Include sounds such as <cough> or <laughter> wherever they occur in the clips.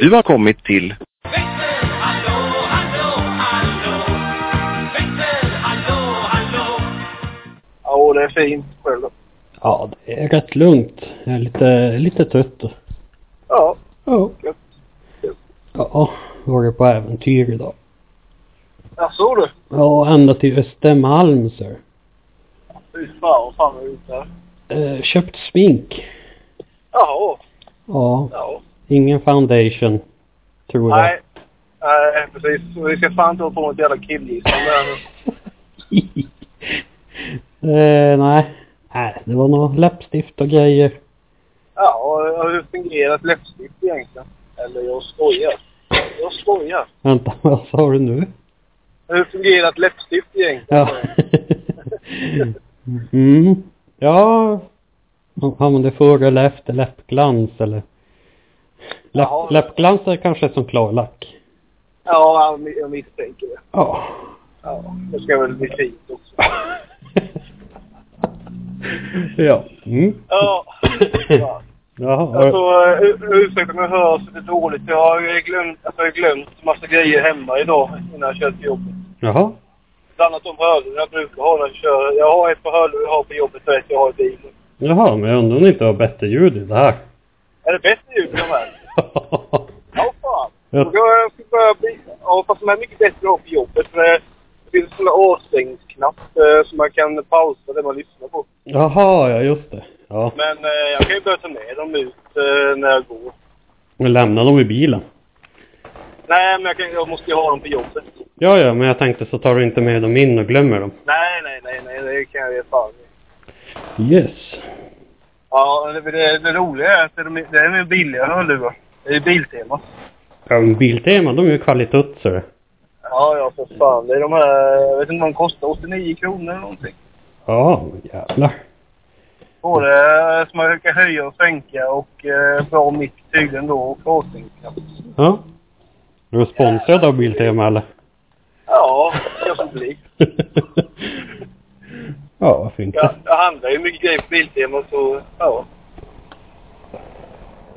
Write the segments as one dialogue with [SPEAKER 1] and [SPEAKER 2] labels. [SPEAKER 1] Du har kommit till...
[SPEAKER 2] Ja, det är fint. Själv då?
[SPEAKER 3] Ja, det är rätt lugnt. Jag är lite, lite trött.
[SPEAKER 2] Ja,
[SPEAKER 3] Ja.
[SPEAKER 2] Gött.
[SPEAKER 3] Ja, varit på äventyr idag.
[SPEAKER 2] jaså du?
[SPEAKER 3] Ja, ända till Östermalm, sir.
[SPEAKER 2] Fy fan vad fan är det ute här?
[SPEAKER 3] Eh, köpt smink.
[SPEAKER 2] Jaha,
[SPEAKER 3] Ja,
[SPEAKER 2] ja.
[SPEAKER 3] ingen foundation. Tror jag.
[SPEAKER 2] Nej. Nej, precis. Vi ska fan inte hålla på med ett jävla killgissande här nu.
[SPEAKER 3] <laughs> eh, nej. Nej, det var nog läppstift och grejer.
[SPEAKER 2] Ja, hur fungerar ett läppstift egentligen? Eller jag skojar. Jag skojar.
[SPEAKER 3] Vänta, <laughs> vad sa du nu?
[SPEAKER 2] Hur fungerar ett läppstift egentligen?
[SPEAKER 3] <laughs> Ja. mm. Ja. Använder före eller efter läppglans eller? Läpp,
[SPEAKER 2] Jaha.
[SPEAKER 3] läppglans är kanske som klarlack.
[SPEAKER 2] Ja, jag mi- jag misstänker det.
[SPEAKER 3] Ja.
[SPEAKER 2] Ja, det ska väl bli fint också.
[SPEAKER 3] ja. Mm.
[SPEAKER 2] Ja. ja.
[SPEAKER 3] Jaha.
[SPEAKER 2] Alltså, eh, ursäkta om jag hör lite dåligt. Jag har ju glömt, alltså, jag har glömt massa grejer hemma idag innan jag kör till jobbet.
[SPEAKER 3] Jaha.
[SPEAKER 2] Bland annat de hörlurar jag brukar ha när jag kör. Jag har ett par hörlurar jag har på jobbet för att jag har i bilen.
[SPEAKER 3] Jaha, men jag undrar om det inte har bättre ljud i det här. <laughs>
[SPEAKER 2] Är det bättre ljud i de här? Ja, fan. Då ska jag ska börja bli... Ja, fast de är mycket bättre att ha på jobbet. För det finns en sån där avstängningsknapp eh, som man kan pausa det man lyssnar på.
[SPEAKER 3] Jaha, ja just det. Ja,
[SPEAKER 2] Men eh, jag kan ju börja ta med dem ut eh, när jag går.
[SPEAKER 3] men lämna dem i bilen.
[SPEAKER 2] Nej, men jag, kan, jag måste ju ha dem på jobbet.
[SPEAKER 3] Ja, ja, men jag tänkte så tar du inte med dem in och glömmer dem.
[SPEAKER 2] Nej, nej, nej, nej, det kan jag ge fan i.
[SPEAKER 3] Yes.
[SPEAKER 2] Ja, det, det, det roliga är att det, det är min billiga hörlurar. Det är Biltema.
[SPEAKER 3] Ja, men Biltema, de är ju kvalitetsare.
[SPEAKER 2] Ja, ja, för fan. Det är de här... Jag vet inte vad de kostar. 89 kronor eller någonting.
[SPEAKER 3] Ja, jävlar.
[SPEAKER 2] Både eh, som man kan höja och sänka och eh, bra mick tydligen då och avstängningsknapp.
[SPEAKER 3] Ja. Är du sponsrad av Biltema eller?
[SPEAKER 2] Ja, jag som blir.
[SPEAKER 3] <laughs> ja, varför
[SPEAKER 2] Jag,
[SPEAKER 3] inte?
[SPEAKER 2] jag handlar ju mycket grejer på Biltema så ja.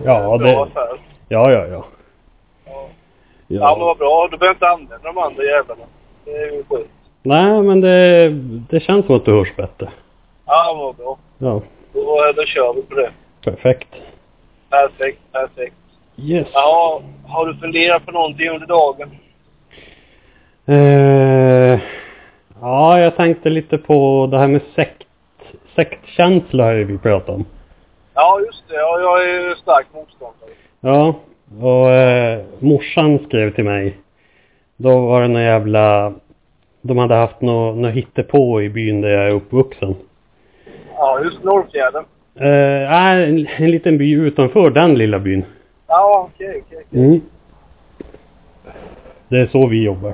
[SPEAKER 3] Ja,
[SPEAKER 2] Bra
[SPEAKER 3] det...
[SPEAKER 2] affär.
[SPEAKER 3] Ja, ja, ja.
[SPEAKER 2] Ja. Ja, men
[SPEAKER 3] ja.
[SPEAKER 2] vad bra. Du behöver inte använda de andra jävlarna. Det är ju skönt.
[SPEAKER 3] Nej, men det, det känns som att du hörs bättre.
[SPEAKER 2] Ja, vad bra.
[SPEAKER 3] Ja,
[SPEAKER 2] Då, då kör vi på det.
[SPEAKER 3] perfekt.
[SPEAKER 2] Perfekt, perfekt.
[SPEAKER 3] Yes.
[SPEAKER 2] Ja, har du funderat på någonting under dagen?
[SPEAKER 3] Eh, ja, jag tänkte lite på det här med sekt. Sektkänsla har ju vi pratat om.
[SPEAKER 2] Ja, just det. Ja, jag är ju stark motståndare.
[SPEAKER 3] Ja, och eh, morsan skrev till mig. Då var det någon jävla... De hade haft något nå hittepå i byn där jag är uppvuxen.
[SPEAKER 2] Ja, just Norrfjärden.
[SPEAKER 3] Eh, nej, en, en liten by utanför den lilla byn.
[SPEAKER 2] Ja, okej, okej. okej.
[SPEAKER 3] Det är så vi jobbar.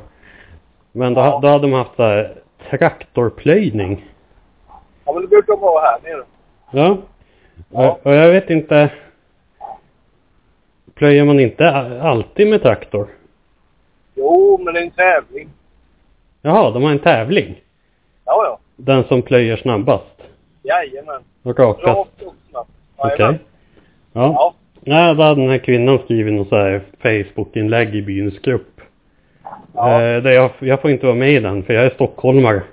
[SPEAKER 3] Men då, ha- då hade de haft så här, traktorplöjning.
[SPEAKER 2] Ja, men det brukar vara här nere.
[SPEAKER 3] Ja.
[SPEAKER 2] Ja.
[SPEAKER 3] Och, och jag vet inte. Plöjer man inte a- alltid med traktor?
[SPEAKER 2] Jo, men det är en tävling.
[SPEAKER 3] Jaha, de har en tävling.
[SPEAKER 2] Ja, ja.
[SPEAKER 3] Den som plöjer snabbast.
[SPEAKER 2] Jajamän.
[SPEAKER 3] Och rakast.
[SPEAKER 2] Rakt och snabbt.
[SPEAKER 3] Okej.
[SPEAKER 2] Jajamän.
[SPEAKER 3] Ja.
[SPEAKER 2] Ja.
[SPEAKER 3] Nej, då hade den här kvinnan skrivit något så här Facebook-inlägg i byns grupp.
[SPEAKER 2] Ja.
[SPEAKER 3] Eh, där jag, jag får inte vara med i den för jag är stockholmare. Eh.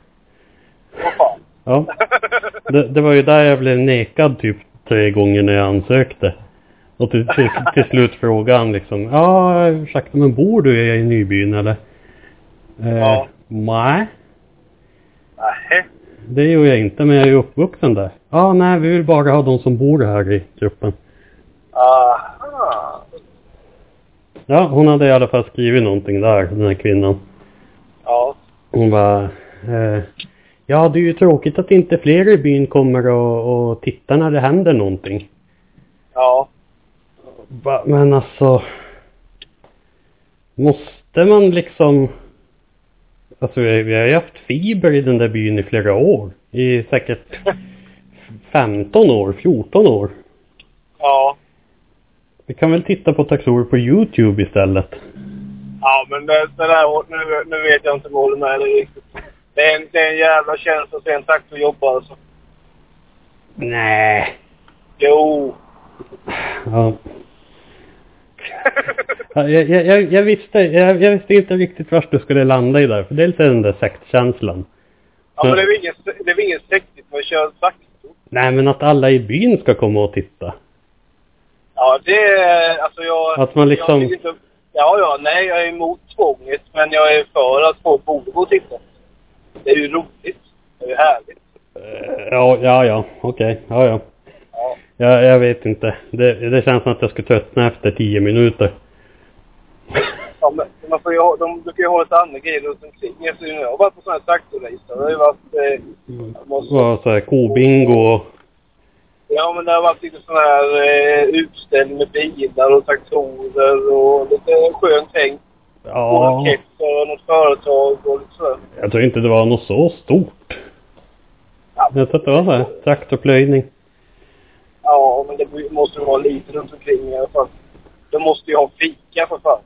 [SPEAKER 2] Vad fan. <laughs>
[SPEAKER 3] Ja. Det, det var ju där jag blev nekad typ tre gånger när jag ansökte. Och till, till, till slut frågade han liksom, ja ursäkta men bor du i Nybyn eller? Eh,
[SPEAKER 2] Ja.
[SPEAKER 3] Nej,
[SPEAKER 2] Nähä.
[SPEAKER 3] det gör jag inte men jag är ju uppvuxen där. Ja, nej vi vill bara ha de som bor här i gruppen.
[SPEAKER 2] Ah. Aha.
[SPEAKER 3] Ja, hon hade i alla fall skrivit någonting där, den här kvinnan.
[SPEAKER 2] Ja.
[SPEAKER 3] Hon bara, eh, ja det är ju tråkigt att inte fler i byn kommer och, och tittar när det händer någonting.
[SPEAKER 2] Ja.
[SPEAKER 3] Va, men alltså. Måste man liksom. Alltså vi, vi har ju haft fiber i den där byn i flera år. I säkert 15 år, 14 år.
[SPEAKER 2] Ja.
[SPEAKER 3] Vi kan väl titta på taxorer på Youtube istället.
[SPEAKER 2] Ja, men det, det där, nu, nu vet jag inte om jag håller med dig riktigt. Det är, en, det är en jävla tjänst att se en traktorjobbare alltså.
[SPEAKER 3] Nej.
[SPEAKER 2] Jo.
[SPEAKER 3] Ja. Ja, Jag, jag, jag, jag, visste, jag, jag visste inte riktigt vart du skulle landa i där, för det är lite den där sektkänslan.
[SPEAKER 2] Ja, men det är väl inget, det är väl inget sektigt att köra traktor?
[SPEAKER 3] Nej, men att alla i byn ska komma och titta.
[SPEAKER 2] Ja, det är... Alltså jag...
[SPEAKER 3] Att man liksom-
[SPEAKER 2] Jag tycker inte, ja, ja, nej, jag är emot tvånget, men jag är för att folk borde gå och titta. Det är ju roligt. Det är ju härligt.
[SPEAKER 3] Eh, Ja, ja, ja, okej, ja, ja.
[SPEAKER 2] Ja.
[SPEAKER 3] Ja, jag vet inte. Det, det känns som att jag skulle tröttna efter tio minuter.
[SPEAKER 2] Ja, men man får ju, ha- de brukar ju ha lite andra grejer runt omkring. Efter jag har varit på sådana här traktorrace, det har ju varit... Eh,
[SPEAKER 3] Mm.
[SPEAKER 2] jag måste,
[SPEAKER 3] Och så här kobingo och...
[SPEAKER 2] ja, men det har varit lite sådana här eh, utställning med bilar och traktorer och lite skönt tänk. Ja.
[SPEAKER 3] Ja,
[SPEAKER 2] Orkester och något företag och lite sådär.
[SPEAKER 3] jag tror inte det var något så stort.
[SPEAKER 2] Ja.
[SPEAKER 3] Jag tror att det var så här traktorplöjning.
[SPEAKER 2] Ja, men det måste ju vara lite runt omkring i alla fall. De måste ju ha fika för fan.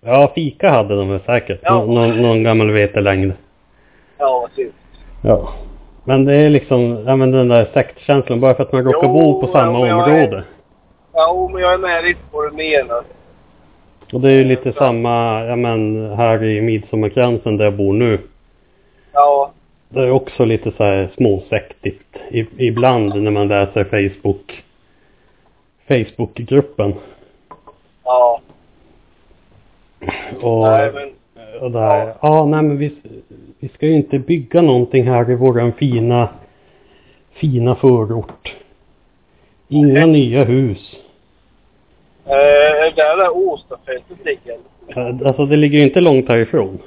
[SPEAKER 3] Ja, fika hade de väl säkert.
[SPEAKER 2] Ja.
[SPEAKER 3] Nå- Någon, någon gammal vetelängd.
[SPEAKER 2] Ja, typ.
[SPEAKER 3] Ja. Men det är liksom, ja men den där sektkänslan, bara för att man råkar
[SPEAKER 2] Jo,
[SPEAKER 3] bo på samma
[SPEAKER 2] ja, men jag är-
[SPEAKER 3] område.
[SPEAKER 2] Ja, men jag är med lite på vad du menar.
[SPEAKER 3] Och det är ju lite samma, ja men här i Midsommarkransen där jag bor nu.
[SPEAKER 2] Ja,
[SPEAKER 3] Det är också lite så här småsektigt i, ibland när man läser Facebook. Facebookgruppen.
[SPEAKER 2] ja.
[SPEAKER 3] Och,
[SPEAKER 2] Nej, men...
[SPEAKER 3] och där, ja. nej men vi, vi ska ju inte bygga någonting här i våran fina, fina förort. Inga
[SPEAKER 2] Nej.
[SPEAKER 3] nya hus.
[SPEAKER 2] Eh, där där Åstafältet ligger.
[SPEAKER 3] Alltså det ligger ju inte långt härifrån.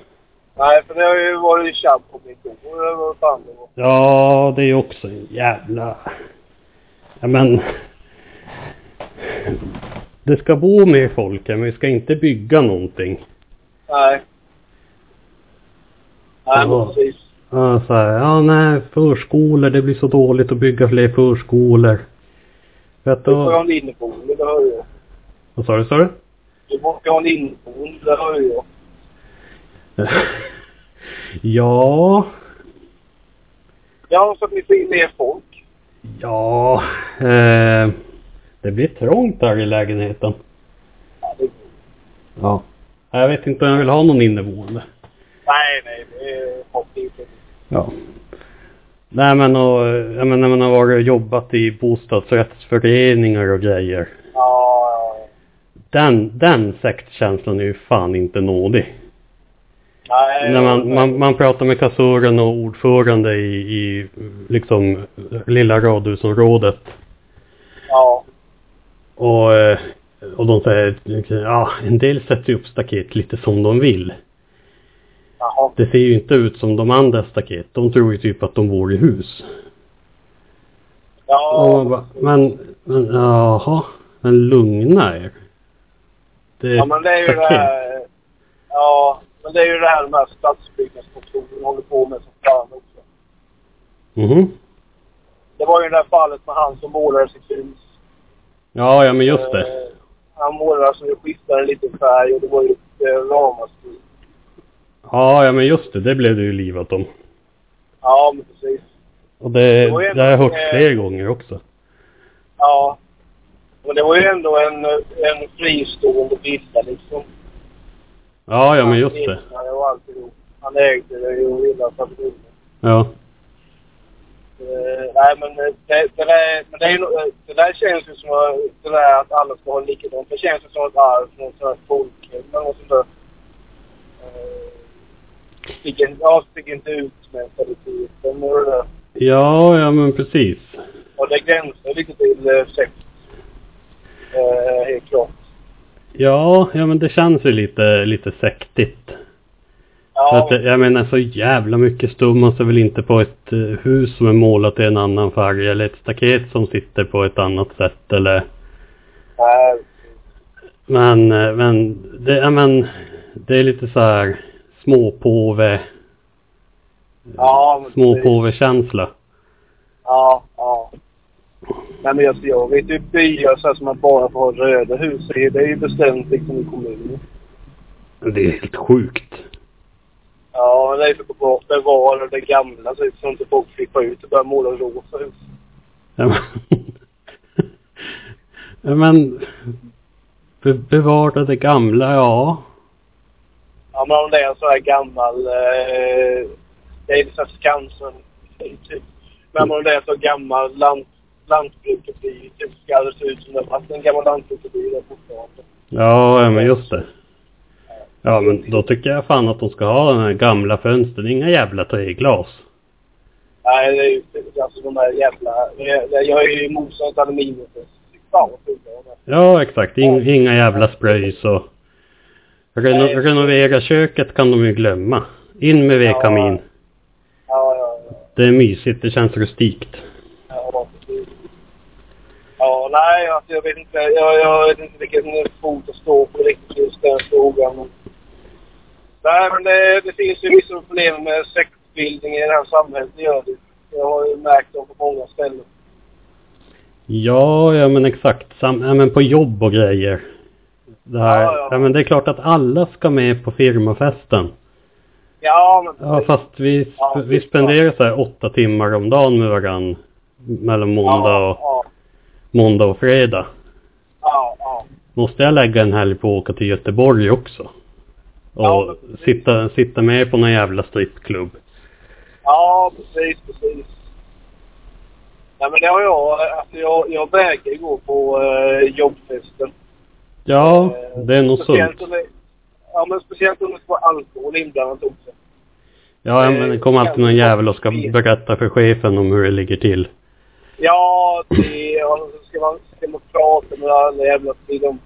[SPEAKER 2] Nej, för det har ju varit tjabb på mitt år, eller vad fan det var.
[SPEAKER 3] Ja, det är ju också en jävla... Ja, men... Det ska bo mer folk här, men vi ska inte bygga någonting.
[SPEAKER 2] Nej. Nej,
[SPEAKER 3] Ja.
[SPEAKER 2] precis.
[SPEAKER 3] Ja, så här, ja nej, förskolor, det blir så dåligt att bygga fler förskolor. För att
[SPEAKER 2] Du får ju ha
[SPEAKER 3] då...
[SPEAKER 2] en inneboende, det hör ju jag.
[SPEAKER 3] Vad sa du, sa du? <laughs>
[SPEAKER 2] Du måste ju ha en inneboende, det hör ju jag.
[SPEAKER 3] Ja,
[SPEAKER 2] Ja, så att ni får in mer folk.
[SPEAKER 3] ja, eh, det blir trångt där i lägenheten.
[SPEAKER 2] Ja, det...
[SPEAKER 3] Ja. Jag vet inte om jag vill ha någon inneboende.
[SPEAKER 2] Nej, nej, det är folk inte.
[SPEAKER 3] Ja. Nej men och, jag menar, när man har varit och jobbat i bostadsrättsföreningar och grejer.
[SPEAKER 2] Ja, ja, ja.
[SPEAKER 3] Den, den sektkänslan är ju fan inte nådig.
[SPEAKER 2] Nej,
[SPEAKER 3] När man, man, man pratar med kassören och ordförande i, i liksom lilla radhusområdet.
[SPEAKER 2] Ja,
[SPEAKER 3] Och, eh, och de säger, ja en del sätter ju upp staket lite som de vill.
[SPEAKER 2] jaha.
[SPEAKER 3] Det ser ju inte ut som de andra staket. De tror ju typ att de bor i hus. Och
[SPEAKER 2] Ja,
[SPEAKER 3] man bara, men, men jaha, men lugna er. Det är
[SPEAKER 2] ja, men det är ju det
[SPEAKER 3] staket.
[SPEAKER 2] här... Ja, men det är ju det här de här stadsbyggnadskontoren håller på med som fan också.
[SPEAKER 3] Mhm.
[SPEAKER 2] Det var ju det där fallet med han som målade sitt hus.
[SPEAKER 3] Ja, ja men just det.
[SPEAKER 2] Eh, han målade så det skiftade lite färg och det var ju lite ramaskri.
[SPEAKER 3] Ja, ja men just det. Det blev det ju livat om.
[SPEAKER 2] Ja, men precis.
[SPEAKER 3] Och det,
[SPEAKER 2] Det var ju
[SPEAKER 3] det har jag
[SPEAKER 2] en- eh,
[SPEAKER 3] hört fler gånger också.
[SPEAKER 2] Ja. Men det var ju ändå en, en fristående villa liksom.
[SPEAKER 3] Ja, ja men just det.
[SPEAKER 2] Han och alltihop. Han ägde det ju och gillade familjen.
[SPEAKER 3] Ja.
[SPEAKER 2] Eh, nej, men eh, det, det, där, men det, är, ju no- eh, det där känns ju som eh, det där att alla ska ha likadant. Det känns ju som ett arv från ett sånt här folkhem eller något sånt där. Eh, stick in- Ja, stick inte ut mentaliteten och det där.
[SPEAKER 3] Ja, ja men precis.
[SPEAKER 2] Och det gränsar lite till eh, sex. Eh, helt klart.
[SPEAKER 3] Ja, ja men det känns ju lite, lite sektigt. För
[SPEAKER 2] Ja,
[SPEAKER 3] att, jag menar så jävla mycket stör man sig väl inte på ett eh, hus som är målat i en annan färg eller ett staket som sitter på ett annat sätt eller
[SPEAKER 2] nej,
[SPEAKER 3] Men, eh, men, det, ja, men, det är lite så här småpåve,
[SPEAKER 2] ja, men precis.
[SPEAKER 3] småpåvekänsla.
[SPEAKER 2] Ja, ja. Nej, men alltså, jag vet ju byar så här som man bara får ha röda hus i. Det är ju bestämt liksom i kommunen.
[SPEAKER 3] Det är helt sjukt.
[SPEAKER 2] Ja, men det är för att bevara det gamla så så inte folk flippar ut och börjar måla rosa hus.
[SPEAKER 3] <laughs> Ja, men, Ja, men Be bevara det gamla, ja.
[SPEAKER 2] Ja, men om det är en sån här gammal... Eh, det är liksom Skansen. Typ. Men om det är en sån gammal land, lantbrukarby. Typ ska det se ut som det fast en gammal lantbrukarby där fortfarande.
[SPEAKER 3] Ja, ja, men just det. Ja, men då tycker jag fan att de ska ha den här gamla fönstren. Inga jävla treglas.
[SPEAKER 2] Nej, det är ju alltså de där jävla... Jag är ju emot sånt aluminiumfönster. Fan vad fula de är.
[SPEAKER 3] Ja, exakt. In, inga jävla sprays och... Reno,
[SPEAKER 2] Nej.
[SPEAKER 3] renovera köket kan de ju glömma. In med vedkamin.
[SPEAKER 2] Ja, ja, ja.
[SPEAKER 3] Det är mysigt, det känns rustikt.
[SPEAKER 2] Ja, precis. Ja, nej, alltså jag vet inte. Jag, jag vet inte vilken fot att stå på riktigt just den frågan. Men... Nej, men det, det finns ju vissa problem med sektbildning i det här samhället. Det gör det. Jag har ju märkt dem på många ställen.
[SPEAKER 3] Ja, ja men exakt. Sam, ja, men på jobb och grejer. Det här,
[SPEAKER 2] Ja,
[SPEAKER 3] ja,
[SPEAKER 2] ja.
[SPEAKER 3] men det är klart att alla ska med på firmafesten.
[SPEAKER 2] Ja, men...
[SPEAKER 3] Ja, fast vi, sp-
[SPEAKER 2] Ja,
[SPEAKER 3] vi
[SPEAKER 2] visst,
[SPEAKER 3] spenderar så här åtta timmar om dagen med varann. Mellan måndag
[SPEAKER 2] ja,
[SPEAKER 3] och,
[SPEAKER 2] ja,
[SPEAKER 3] måndag och fredag.
[SPEAKER 2] ja, ja.
[SPEAKER 3] Måste jag lägga en helg på att åka till Göteborg också? Och
[SPEAKER 2] Ja, men precis.
[SPEAKER 3] sitta, sitta med på någon jävla strippklubb.
[SPEAKER 2] Ja, precis, precis. Nej, men det har jag. Alltså jag, jag vägrar gå på eh, jobbfester.
[SPEAKER 3] Ja,
[SPEAKER 2] Eh,
[SPEAKER 3] det är nog
[SPEAKER 2] speciellt
[SPEAKER 3] sunt.
[SPEAKER 2] om det- Ja, men speciellt om det ska vara alkohol inblandat också.
[SPEAKER 3] Ja,
[SPEAKER 2] eh,
[SPEAKER 3] men det kommer alltid någon jävel och ska berätta för chefen om hur det ligger till.
[SPEAKER 2] Ja, det alltså, ska, man, ska man prata med alla jävla blir de...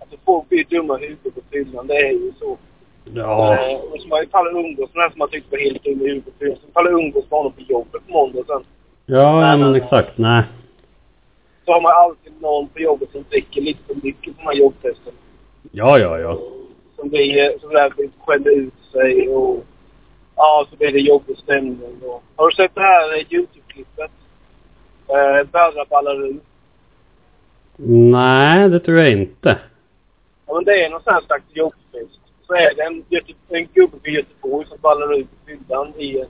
[SPEAKER 2] Alltså folk blir dumma i huvudet på fyllan, det är ju så.
[SPEAKER 3] Ja,
[SPEAKER 2] Eh, och så man faller umgås med den som man tyckte var helt dum i huvudet på fyllan. Så faller umgås med honom på jobbet på måndag sen.
[SPEAKER 3] ja
[SPEAKER 2] nej,
[SPEAKER 3] men
[SPEAKER 2] nej.
[SPEAKER 3] exakt. Nej.
[SPEAKER 2] Så har man alltid någon på jobbet som dricker lite för mycket på de här jobbfesten.
[SPEAKER 3] Ja, ja, ja.
[SPEAKER 2] Som blir, som därför skäller ut sig och... Ja, så blir det jobbig stämning och... Har du sett det här eh, Youtube-klippet? Eh, Bödra Ballarun.
[SPEAKER 3] Nej, det tror jag inte.
[SPEAKER 2] Ja, men det är någon sån här slags jobbfest. Så är det en, Göte- en gubbe från Göteborg som ballar ut i fyllan i...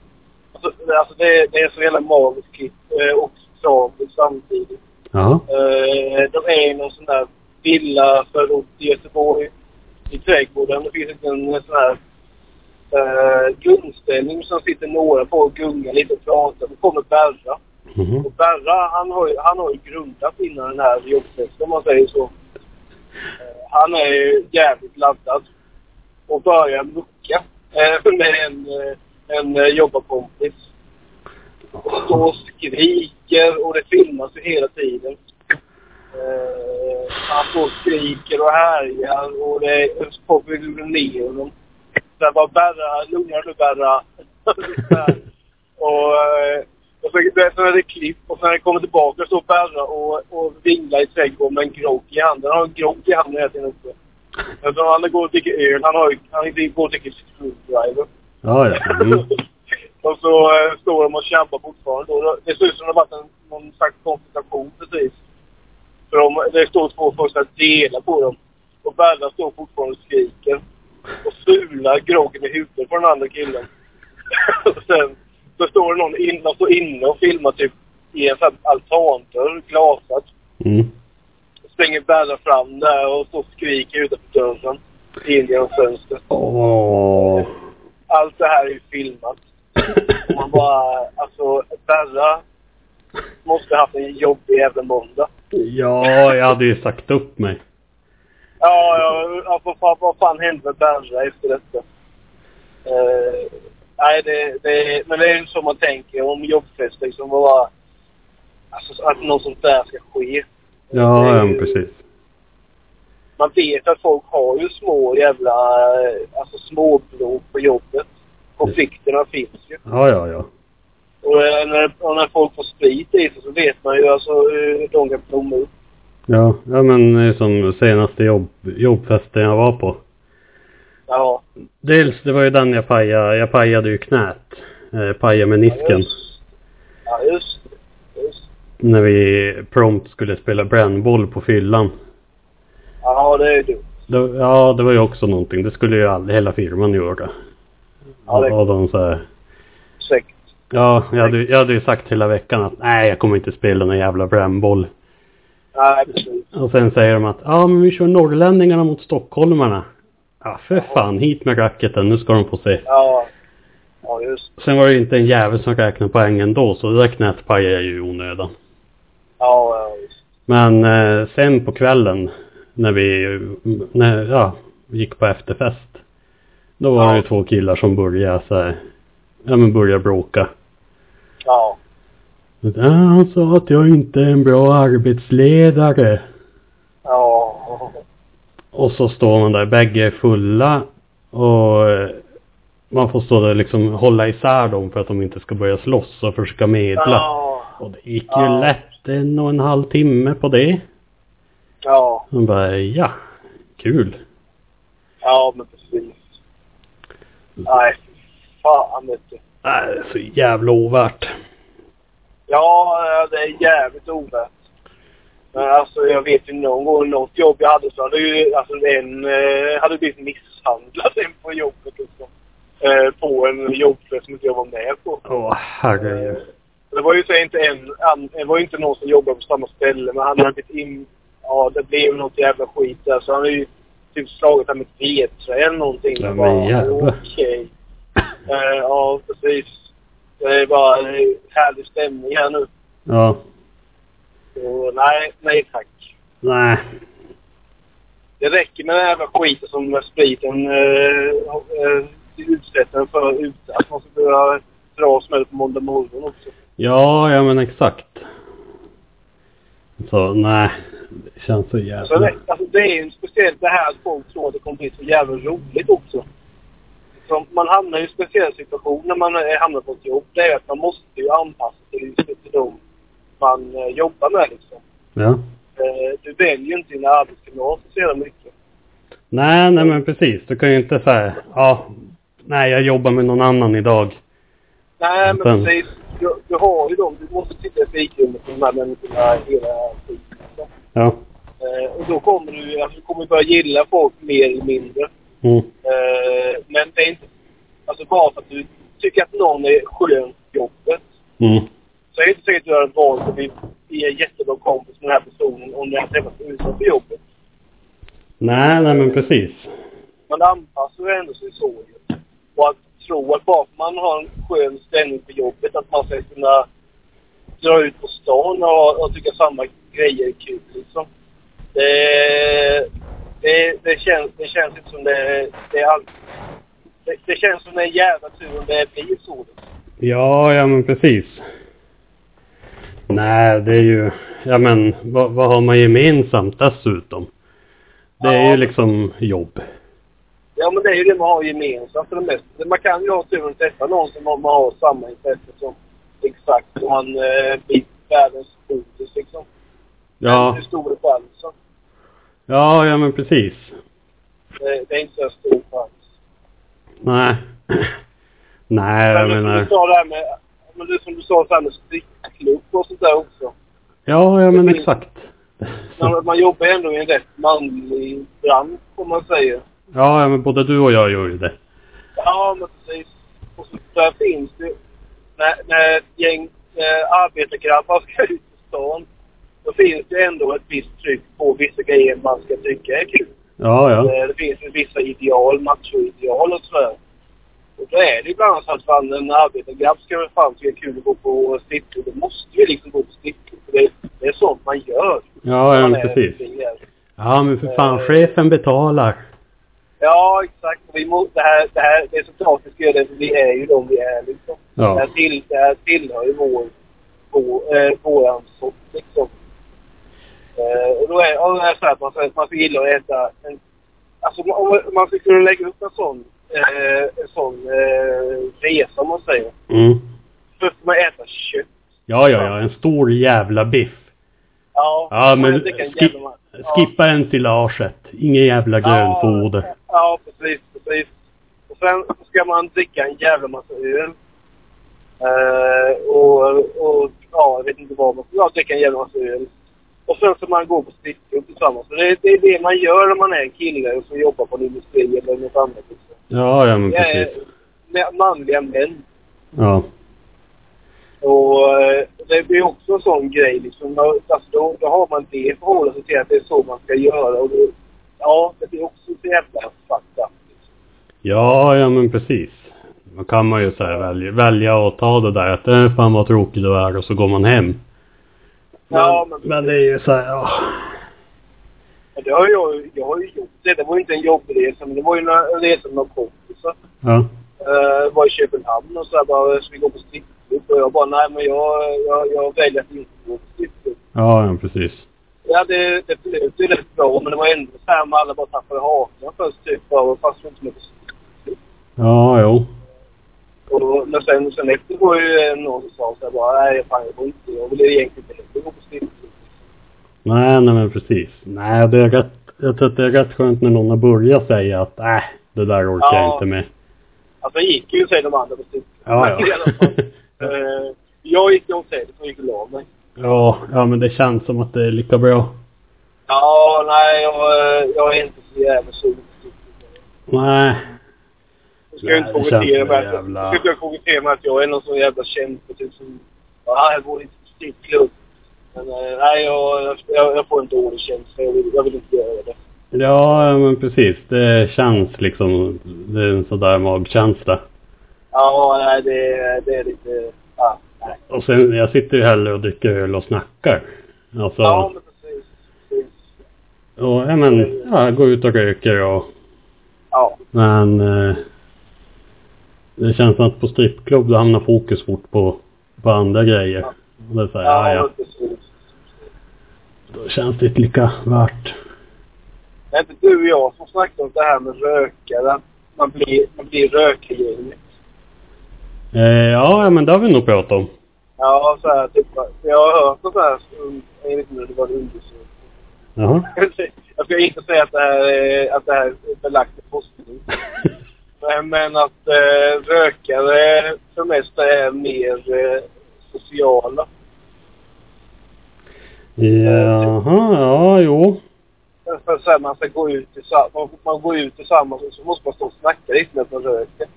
[SPEAKER 2] Alltså, alltså det, är- det är så jävla magiskt klipp eh, och tragiskt samtidigt.
[SPEAKER 3] Ja.
[SPEAKER 2] Eh, de är i någon sån där villa förort i Göteborg. I trädgården. Det finns en, en sån här eh, gungställning som sitter några på och gungar lite och pratar. Då kommer Berra.
[SPEAKER 3] Mhm.
[SPEAKER 2] Och Berra, han har, ju- han har ju grundat innan den här jobbfesten om man säger så. Eh, Han är ju jävligt laddad. Och börjar mucka eh, <laughs> med en, eh, en eh, jobbarkompis. Och står och skriker och det filmas ju hela tiden. Eh, han står och skriker och härjar och det är folk vill gå ner honom. Så jag bara Berra, lugna dig Berra. Så här. och eh, och så, sen är det klipp och sen när det kommer tillbaka så Berra och, och vinglar i trädgården med en grogg i handen. Han har en grogg i handen hela tiden också. Men så han går och dricker öl. Han har ju, han inte går och dricker screwdriver.
[SPEAKER 3] Ja, ja. Mm.
[SPEAKER 2] <laughs> och så eh, står de och tjabbar fortfarande. Och det- det ser ut som det har varit en, någon slags konfrontation precis. För de, det står två folk som delar på dem. Och Berra står fortfarande och skriker. Och fular groggen i huvudet på den andra killen. <laughs> och sen så står det någon in, de står inne och filmar typ i en sån här altandörr, glasad.
[SPEAKER 3] Mm.
[SPEAKER 2] Springer Berra fram där och står och skriker utanför dörren. In genom fönstret.
[SPEAKER 3] Åh.
[SPEAKER 2] Allt det här är ju filmat. Och man bara, alltså Berra måste ha haft en jobbig jävla måndag.
[SPEAKER 3] Ja, jag hade ju sagt upp mig.
[SPEAKER 2] Ja, ja, ja vad, fan, vad fan hände med Berra efter detta? Eh, nej, det, det, men det är ju så man tänker om jobbfest liksom. vad Bara, alltså att något sånt där ska ske.
[SPEAKER 3] Ja, ja, men precis.
[SPEAKER 2] Man vet att folk har ju små jävla, eh, alltså småbråk på jobbet. Konflikterna finns ju.
[SPEAKER 3] Ja, ja, ja.
[SPEAKER 2] Och eh, när, och när folk får sprit i sig så vet man ju alltså hur de kan blomma upp.
[SPEAKER 3] Ja, ja men eh, som senaste jobb, jobbfesten jag var på.
[SPEAKER 2] Ja.
[SPEAKER 3] Dels, det var ju den jag pajade. Jag pajade ju knät. Eh, pajade menisken.
[SPEAKER 2] just- Ja, just det. Just det.
[SPEAKER 3] När vi prompt skulle spela brännboll på fyllan.
[SPEAKER 2] Ja, det är dumt.
[SPEAKER 3] Det, ja, det var ju också någonting. Det skulle ju all, hela firman göra.
[SPEAKER 2] Ja, det-
[SPEAKER 3] Och de så här,
[SPEAKER 2] Säkert.
[SPEAKER 3] ja, jag hade, jag hade ju sagt hela veckan att nej, jag kommer inte spela någon jävla brännboll.
[SPEAKER 2] Nej, precis.
[SPEAKER 3] Och sen säger de att ja men vi kör norrlänningarna mot stockholmarna. Ja för fan, hit med racketen, nu ska de få se.
[SPEAKER 2] Ja. Ja, just
[SPEAKER 3] Sen var det ju inte en jävel som räknade poängen då så det där knät pajade ju i onödan.
[SPEAKER 2] Ja, ja, just.
[SPEAKER 3] Men eh, sen på kvällen när vi när, ja, gick på efterfest. Då var det ju
[SPEAKER 2] Ja.
[SPEAKER 3] två killar som började så här, ja men började bråka.
[SPEAKER 2] Ja.
[SPEAKER 3] Ja, han sa att jag inte är en bra arbetsledare.
[SPEAKER 2] Ja.
[SPEAKER 3] Och så står man där, bägge är fulla och eh, man får stå där liksom hålla isär dem för att de inte ska börja slåss och försöka medla.
[SPEAKER 2] Ja.
[SPEAKER 3] Och det gick ju
[SPEAKER 2] Ja.
[SPEAKER 3] lätt en och en halv timme på det.
[SPEAKER 2] Ja.
[SPEAKER 3] Man bara, ja, kul.
[SPEAKER 2] Ja, men precis. Nej, fy fan vet du.
[SPEAKER 3] Äh, så jävla ovärt.
[SPEAKER 2] Ja, eh, det är jävligt ovärt. Men alltså jag vet ju någon gång något jobb jag hade så hade ju alltså en eh, hade blivit misshandlad <laughs> en på jobbet liksom. Eh, på en jobbfest som inte jag var med på.
[SPEAKER 3] Åh herregud.
[SPEAKER 2] Det var ju så inte en, an, det var ju inte någon som jobbade på samma ställe men han hade blivit in, ja det blev något jävla skit där så han hade ju typ slagit honom med ett vedträ eller någonting.
[SPEAKER 3] Ja, men
[SPEAKER 2] Bara,
[SPEAKER 3] jävlar.
[SPEAKER 2] Okej. Eh, ja precis. Det är bara eh, härlig stämning här nu.
[SPEAKER 3] Ja.
[SPEAKER 2] Så, nej, nej tack.
[SPEAKER 3] Nej.
[SPEAKER 2] Det räcker med den här jävla skiten som den här spriten eh, eh, utsätter en för utan att man ska behöva dras med det på måndag morgon också.
[SPEAKER 3] Ja, ja men exakt. Så nej. Det känns så
[SPEAKER 2] Så
[SPEAKER 3] jävla...
[SPEAKER 2] det, alltså, det är ju speciellt det här att folk tror att det kommer bli så jävla roligt också. Så man hamnar i en speciell situation när man eh, hamnar på ett jobb. Det är att man måste ju anpassa sig till, till dem man eh, jobbar med liksom.
[SPEAKER 3] Ja.
[SPEAKER 2] Eh, du väljer inte dina arbetskamrater så jävla mycket.
[SPEAKER 3] Nej, nej men precis. Du kan ju inte säga, ja, nej jag jobbar med någon annan idag.
[SPEAKER 2] Nej,
[SPEAKER 3] Sen-
[SPEAKER 2] men precis. Du, du har ju dem. Du måste sitta i fikrummet med de här människorna hela tiden. liksom.
[SPEAKER 3] Ja.
[SPEAKER 2] Eh, och då kommer du, alltså, du kommer börja gilla folk mer eller mindre.
[SPEAKER 3] Mm.
[SPEAKER 2] Eh, men det är inte, alltså bara för att du tycker att någon är skön på jobbet.
[SPEAKER 3] Mm.
[SPEAKER 2] Så är det inte säkert att du har ett val och blir blir en jättebra kompis med den här personen om ni har träffats utanför jobbet.
[SPEAKER 3] Nej, nej men precis.
[SPEAKER 2] Man anpassar ju ändå sig så ju. Och att tro att bara för att man har en skön ställning på jobbet att man ska kunna dra ut på stan och, och tycka samma grejer är kul liksom. Det, det, det, känns, det känns inte som det, det är all, det, det känns som det är en jävla tur om det blir så. Liksom.
[SPEAKER 3] Ja, ja men precis. Nej, det är ju, ja men vad, vad har man gemensamt dessutom? Det är
[SPEAKER 2] Ja.
[SPEAKER 3] ju liksom jobb.
[SPEAKER 2] Ja men det är ju det man har gemensamt för det mesta. Man kan ju ha turen att träffa någon som har- man har samma intresse som. Exakt. Och han eh, blir världens fokus liksom.
[SPEAKER 3] Ja,
[SPEAKER 2] Hur stor är chansen?
[SPEAKER 3] ja, ja men precis.
[SPEAKER 2] Det, det är inte så stor chans.
[SPEAKER 3] Nej. <clears throat> Nej,
[SPEAKER 2] men
[SPEAKER 3] jag
[SPEAKER 2] som du
[SPEAKER 3] menar.
[SPEAKER 2] sa det här med, men det som du sa det här med strippklubb och sånt där också.
[SPEAKER 3] Ja, ja men exakt.
[SPEAKER 2] Man, man jobbar ju ändå i en rätt manlig bransch om man säger.
[SPEAKER 3] Ja, ja men både du och jag gör ju det.
[SPEAKER 2] Ja men precis. Och så där finns det när, när ett gäng eh, arbetargrabbar ska ut på stan. Då finns det ändå ett visst tryck på vissa grejer man ska tycka är kul.
[SPEAKER 3] Ja, ja.
[SPEAKER 2] Eh, Det finns ju vissa ideal, machoideal och sådär. Och då är det ibland så att fan en arbetargrabb ska väl fan tycka det är kul att gå på stickor. Då måste vi liksom gå på stickor. För det, det är sånt man gör.
[SPEAKER 3] Ja, ja
[SPEAKER 2] Man
[SPEAKER 3] men
[SPEAKER 2] är
[SPEAKER 3] precis.
[SPEAKER 2] fingrar.
[SPEAKER 3] Ja, men för fan, chefen betalar.
[SPEAKER 2] Ja, exakt. Vi må, det, här, det här det är så klart vi ska göra det. för Vi är ju de vi är liksom. Det, här
[SPEAKER 3] Ja,
[SPEAKER 2] till, det här tillhör ju vår, vår, eh, våran sort liksom. Eh, och då är, och det är så här, att man, säger att man ska gilla att äta en, Alltså om- om man skulle kunna lägga upp en sån, eh, en sån eh, resa om man säger.
[SPEAKER 3] mm.
[SPEAKER 2] Först får man äta kött.
[SPEAKER 3] ja, ja, ja, en stor jävla biff.
[SPEAKER 2] Ja,
[SPEAKER 3] Ja,
[SPEAKER 2] man
[SPEAKER 3] men
[SPEAKER 2] inte kan
[SPEAKER 3] skip,
[SPEAKER 2] jävla-
[SPEAKER 3] skippa ensilaget. Ingen jävla grönfoder.
[SPEAKER 2] Ja, ja, precis, precis. Och sen ska man dricka en jävla massa öl. Eh, och, och, ja, jag vet inte vad man ska ja, dricka en jävla massa öl. Och sen ska man gå på strippklubb tillsammans. Så det, det är det man gör när man är en kille och som jobbar på en industri eller något annat. Liksom.
[SPEAKER 3] Mm, Ja, ja men
[SPEAKER 2] Det är
[SPEAKER 3] precis.
[SPEAKER 2] med manliga män.
[SPEAKER 3] Ja.
[SPEAKER 2] Och eh, det blir också en sån grej liksom. Då- Alltså, då, då har man det i förhållande till att det är så man ska göra. Och då, ja, det blir också så jävla fucked up. Liksom.
[SPEAKER 3] Ja, ja men precis. Då kan man ju så här välja, välja och ta det där att äh, fan vad tråkig du är och så går man hem.
[SPEAKER 2] Ja, men,
[SPEAKER 3] Men det är ju så här, ja.
[SPEAKER 2] men det har jag, jag har ju gjort det. Det var ju inte en jobbresa, men det var ju en- en resa med några kompisar.
[SPEAKER 3] Ja.
[SPEAKER 2] Eh, var i Köpenhamn och så här bara, ska vi gå på strippklubb? Och jag bara, nej men jag, jag, jag väljer att inte gå på strippklubb.
[SPEAKER 3] Ja, ja precis.
[SPEAKER 2] Ja, det, det flöt ju rätt bra, men det var ändå så här med alla bara tappade hakan först typ. bara, Fast vi inte med på
[SPEAKER 3] Ja, jo.
[SPEAKER 2] Och, men sen, sen efter var ju eh, någon som sa så här bara, nej fan jag går inte, jag vill egentligen inte heller gå på strippklubb.
[SPEAKER 3] Nej, nej men precis. Nej, det är rätt, jag tror att det är rätt skönt när någon har börjat säga att äh, det där orkar jag
[SPEAKER 2] Ja.
[SPEAKER 3] inte med.
[SPEAKER 2] Alltså jag gick ju sen de andra på strippklubb.
[SPEAKER 3] Ja,
[SPEAKER 2] Men <laughs> i alla
[SPEAKER 3] ja.
[SPEAKER 2] fall, eh, jag gick om sen och gick och la mig.
[SPEAKER 3] <laughs> ja, ja men det känns som att det är lika bra.
[SPEAKER 2] Ja, nej jag, eh, jag är inte så jävla sugen på strippklubb.
[SPEAKER 3] Nej.
[SPEAKER 2] Nu ska jag
[SPEAKER 3] Nej,
[SPEAKER 2] inte
[SPEAKER 3] det känns
[SPEAKER 2] fokusera
[SPEAKER 3] som en
[SPEAKER 2] med, att-
[SPEAKER 3] jävla-
[SPEAKER 2] nu ska jag fokusera med att jag är någon sån jävla kämpe typ som... Ja, jag går inte till strippklubb. Men eh, nej, jag, jag, jag får en dålig känsla. Jag vill, jag vill inte göra det.
[SPEAKER 3] Ja, ja, men precis. Det känns liksom, det är en sådär magkänsla.
[SPEAKER 2] Ja, nej det, det är lite... Ja, nej.
[SPEAKER 3] Och sen, jag sitter ju hellre och dricker öl och snackar. Alltså,
[SPEAKER 2] Ja,
[SPEAKER 3] ja.
[SPEAKER 2] men precis. precis.
[SPEAKER 3] och ja, men, ja, går ut och röker och,
[SPEAKER 2] Ja.
[SPEAKER 3] men eh, det känns som att på strippklubb då hamnar fokus fort på, på andra grejer. Och det är så här, ja, ja,
[SPEAKER 2] precis.
[SPEAKER 3] då känns det inte lika värt.
[SPEAKER 2] Det är inte du och jag som snackade om det här med rökare. att Man blir, man blir rökargäng.
[SPEAKER 3] Eh, ja, ja, men det har vi nog pratat om.
[SPEAKER 2] Ja, så här typ. Jag har hört något så här. um, Jag vet inte om det var en undersökning.
[SPEAKER 3] Jaha.
[SPEAKER 2] Jag ska inte säga att det här är, att det här är belagt i
[SPEAKER 3] <laughs>
[SPEAKER 2] forskning. Men, men att eh, rökare för det mesta är mer eh, sociala.
[SPEAKER 3] Jaha, ja, jo.
[SPEAKER 2] För så här, man ska gå ut tillsammans, man, man går ut tillsammans och så måste man stå och snacka lite när man röker.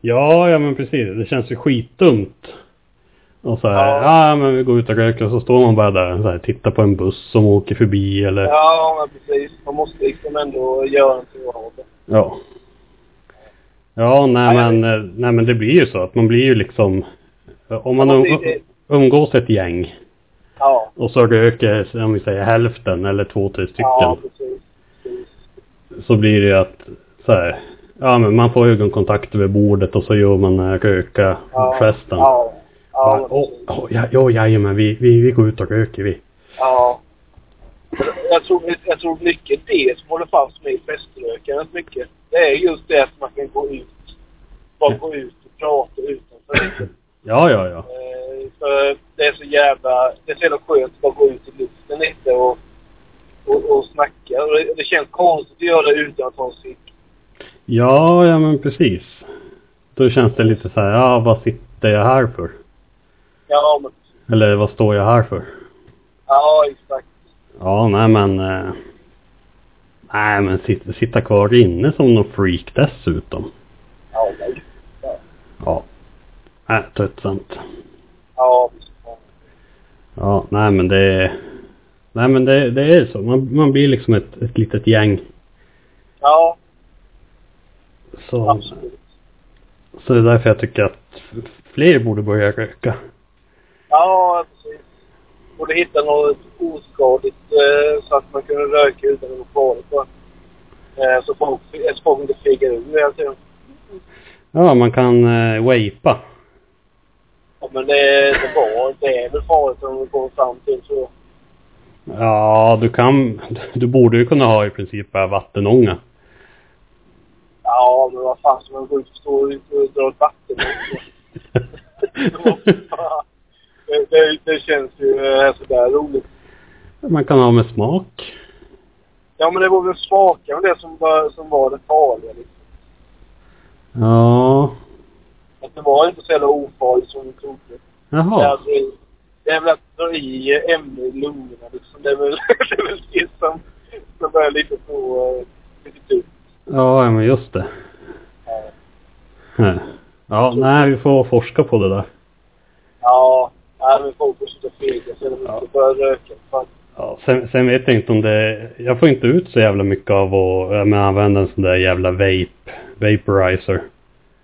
[SPEAKER 3] Ja, ja men precis. Det känns ju skitdumt. Och så här, ja.
[SPEAKER 2] Ja.
[SPEAKER 3] men vi går ut och röker och så står man bara där och så här, tittar på en buss som åker förbi eller ja.
[SPEAKER 2] Ja, men precis. Man måste liksom ändå göra någonting av det.
[SPEAKER 3] Ja, ja nej,
[SPEAKER 2] Ja, jag
[SPEAKER 3] men, eh, nej men det blir ju så att man blir ju liksom om man
[SPEAKER 2] Man blir
[SPEAKER 3] um-
[SPEAKER 2] det-
[SPEAKER 3] umgås ett gäng
[SPEAKER 2] Ja.
[SPEAKER 3] och så röker, om vi säger hälften eller två, tre stycken
[SPEAKER 2] Ja, precis. precis.
[SPEAKER 3] så blir det ju att så här, ja men man får ögonkontakt över bordet och så gör man den här
[SPEAKER 2] Ja.
[SPEAKER 3] röka-gesten.
[SPEAKER 2] Ja. Ja,
[SPEAKER 3] Bara, oh,
[SPEAKER 2] men
[SPEAKER 3] Åh,
[SPEAKER 2] precis.
[SPEAKER 3] åh, ja, ja, jajamän, vi, vi, vi går ut och röker vi.
[SPEAKER 2] Ja. Jag tror, jag tror mycket det som håller fast mig i feströkandet mycket. Det är just det att man kan gå ut. Bara gå ut och prata <laughs> utanför.
[SPEAKER 3] Ja, ja, ja.
[SPEAKER 2] Eh, För det är så jävla, det är så jävla skönt att bara gå ut i luften lite och, och, och snacka. Och det, det känns konstigt att göra det utan att ha en cigg.
[SPEAKER 3] Ja, ja men precis. Då känns det lite så här, ja vad sitter jag här för?
[SPEAKER 2] Ja, men,
[SPEAKER 3] Eller vad står jag här för?
[SPEAKER 2] ja exakt.
[SPEAKER 3] Ja, nej men... Eh, nej men sitta, sitta kvar inne som någon freak dessutom.
[SPEAKER 2] Ja, men,
[SPEAKER 3] Ja. Nej, tröttsamt.
[SPEAKER 2] ja, ja.
[SPEAKER 3] Ja, nej men det... Nej men det, det är så. Man, man blir liksom ett, ett litet gäng.
[SPEAKER 2] ja
[SPEAKER 3] Så,
[SPEAKER 2] absolut.
[SPEAKER 3] så det är därför jag tycker att f- fler borde börja röka.
[SPEAKER 2] Ja, precis. Borde hitta något oskadligt eh, så att man kunde röka utan att vara farligt. va? Eh, så folk, eh, så folk inte fegar ur hela tiden.
[SPEAKER 3] Ja, man kan eh, vapa.
[SPEAKER 2] Ja, men det, det var, det är väl farligt om vi kommer fram till så.
[SPEAKER 3] Ja, du kan... <laughs> Du borde ju kunna ha i princip bara vattenånga.
[SPEAKER 2] Ja, men vad fan ska man gå ut och stå ut och dra ett vatten? det, det, det känns ju eh, sådär roligt.
[SPEAKER 3] <laughs> man kan ha med smak.
[SPEAKER 2] Ja, men det var väl smaken det som var, som var det farliga liksom.
[SPEAKER 3] Ja.
[SPEAKER 2] Att det var inte så jävla ofarligt som vi trodde. Det är
[SPEAKER 3] Jaha.
[SPEAKER 2] alltså, det är väl att dra i eh, ämne i lungorna liksom. Det är väl <laughs> det, är väl det som, som börjar lite på eh, lite dumt.
[SPEAKER 3] Ja, ja, men just det.
[SPEAKER 2] Ja.
[SPEAKER 3] Ja, nej, vi får forska på det där.
[SPEAKER 2] Ja, nej, men folk är så fega så de inte börjar röka. Fan.
[SPEAKER 3] Ja, sen, sen vet jag inte om det... Jag får inte ut så jävla mycket av att jag menar, använda en sån där jävla vape, vaporizer.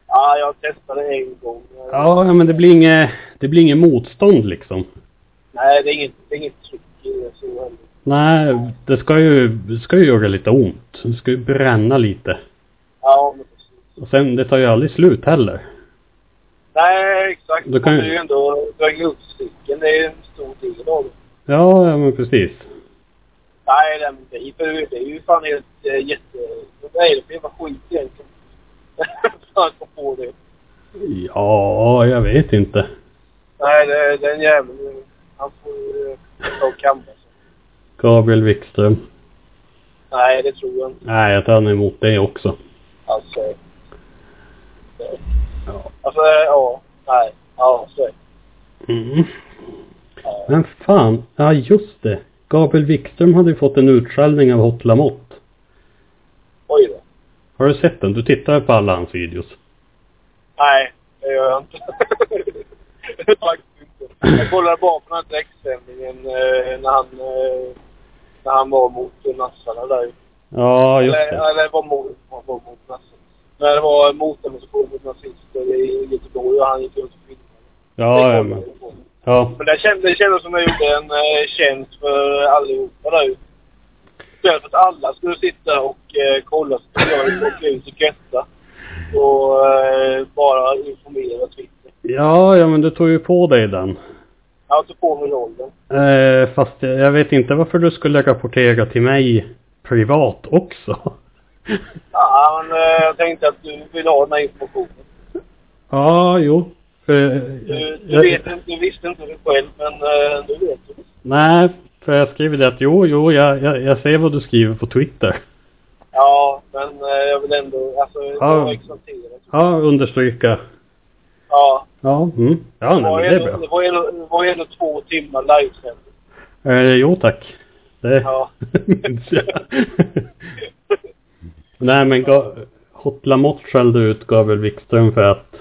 [SPEAKER 2] Ja, jag testade en gång.
[SPEAKER 3] Ja, men det blir inget, det blir inget motstånd liksom.
[SPEAKER 2] Nej, det är inget, det är inget tryck i det så heller.
[SPEAKER 3] Nej, det ska ju, det ska ju göra lite ont. Det ska ju bränna lite.
[SPEAKER 2] Ja, men precis.
[SPEAKER 3] Och sen, det tar ju aldrig slut heller.
[SPEAKER 2] Nej, exakt.
[SPEAKER 3] Då
[SPEAKER 2] Du
[SPEAKER 3] kan
[SPEAKER 2] kan
[SPEAKER 3] ju-
[SPEAKER 2] ju ändå dra upp cykeln. Det är en stor del av det.
[SPEAKER 3] Ja, ja men precis.
[SPEAKER 2] Nej, den vapen, det är ju fan helt eh, jätte... Vad är det för jävla skit egentligen? <laughs> Fan, kom på det.
[SPEAKER 3] Ja, jag vet inte.
[SPEAKER 2] Nej, det, den jäveln, eh, han får ju eh, ta och kamma sig.
[SPEAKER 3] Gabriel Wikström.
[SPEAKER 2] Nej, det tror jag inte.
[SPEAKER 3] Nej, jag tar nog emot det också.
[SPEAKER 2] Alltså... eh,
[SPEAKER 3] Ja.
[SPEAKER 2] Alltså, eh, ja. Nej. Ja, så är det.
[SPEAKER 3] Mm.
[SPEAKER 2] Ja.
[SPEAKER 3] Men fan, ja just det. Gabriel Wikström hade ju fått en utskällning av Hot Lamotte.
[SPEAKER 2] Oj då.
[SPEAKER 3] Har du sett den? Du tittar på alla hans videos.
[SPEAKER 2] Nej, det gör jag inte. <laughs> Faktiskt inte. Jag kollade bara på den här direktsändningen eh, när han... eh, När han var mot nassarna där.
[SPEAKER 3] Ja, just
[SPEAKER 2] Eller,
[SPEAKER 3] det.
[SPEAKER 2] eller var mot, var var mot nazister. Nej, det var mot demonstration mot nazister i Göteborg och han gick runt och filmade.
[SPEAKER 3] Ja,
[SPEAKER 2] Det
[SPEAKER 3] ja,
[SPEAKER 2] kom
[SPEAKER 3] men.
[SPEAKER 2] jag ihåg.
[SPEAKER 3] Ja,
[SPEAKER 2] Men det kändes, det kändes som att jag gjorde en eh, tjänst för allihopa där Istället för att alla skulle sitta och eh, kolla så skulle jag ju åka ut och götta. Och eh, bara informera Twitter.
[SPEAKER 3] ja, ja men du tog ju på dig den.
[SPEAKER 2] Jag tog på mig rollen.
[SPEAKER 3] Eh, fast jag, jag vet inte varför du skulle rapportera till mig privat också.
[SPEAKER 2] Ja, men eh, jag tänkte att du vill ha den här informationen.
[SPEAKER 3] Ja, jo. För, eh,
[SPEAKER 2] Du, du,
[SPEAKER 3] jag-
[SPEAKER 2] vet, inte- du visste inte det själv, men eh, du vet det.
[SPEAKER 3] Nej, för jag skriver det att jo, jo, jag, jag, jag ser vad du skriver på Twitter.
[SPEAKER 2] Ja, men eh, jag vill ändå, alltså,
[SPEAKER 3] Ja.
[SPEAKER 2] jag exalterad.
[SPEAKER 3] Ja, understryka.
[SPEAKER 2] Ja.
[SPEAKER 3] Ja, mm. ja nej, men det är bra.
[SPEAKER 2] Det var ändå- det var ändå två timmar livesändning.
[SPEAKER 3] Eh, jo tack. Det
[SPEAKER 2] Ja.
[SPEAKER 3] <laughs> minns jag. nej men Ga- Hot Lamotte skällde ut Gabriel Wikström för att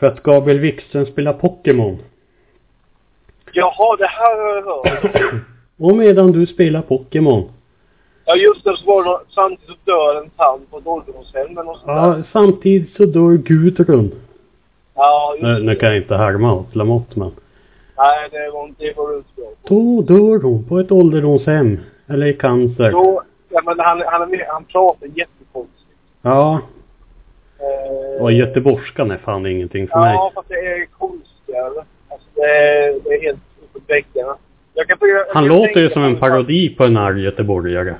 [SPEAKER 3] för att Gabriel Wikström spelar Pokémon. <clears throat>
[SPEAKER 2] Jaha, det här har jag hört.
[SPEAKER 3] Och medan du spelar Pokémon.
[SPEAKER 2] Ja, just det, så var det nå- samtidigt så dör en tand på ett ålderdomshem eller något sånt där.
[SPEAKER 3] Ja, samtidigt så dör Gudrun.
[SPEAKER 2] Ja, just
[SPEAKER 3] Nu, nu kan jag inte härma Hot Lamotte men.
[SPEAKER 2] Nej, det var inte, det var inte bra.
[SPEAKER 3] Då dör hon på ett ålderdomshem. Eller i cancer.
[SPEAKER 2] Då, ja, men han, han, är med- han pratar jättekonstigt.
[SPEAKER 3] Ja.
[SPEAKER 2] Eh,
[SPEAKER 3] Och göteborgskan är fan ingenting för mig.
[SPEAKER 2] Ja, fast det är konstigare. Alltså, det, är- det är helt uppåt väggarna. Jag kan, jag kan
[SPEAKER 3] Han låter ju
[SPEAKER 2] tänka
[SPEAKER 3] som
[SPEAKER 2] mig
[SPEAKER 3] en parodi på en arg göteborgare.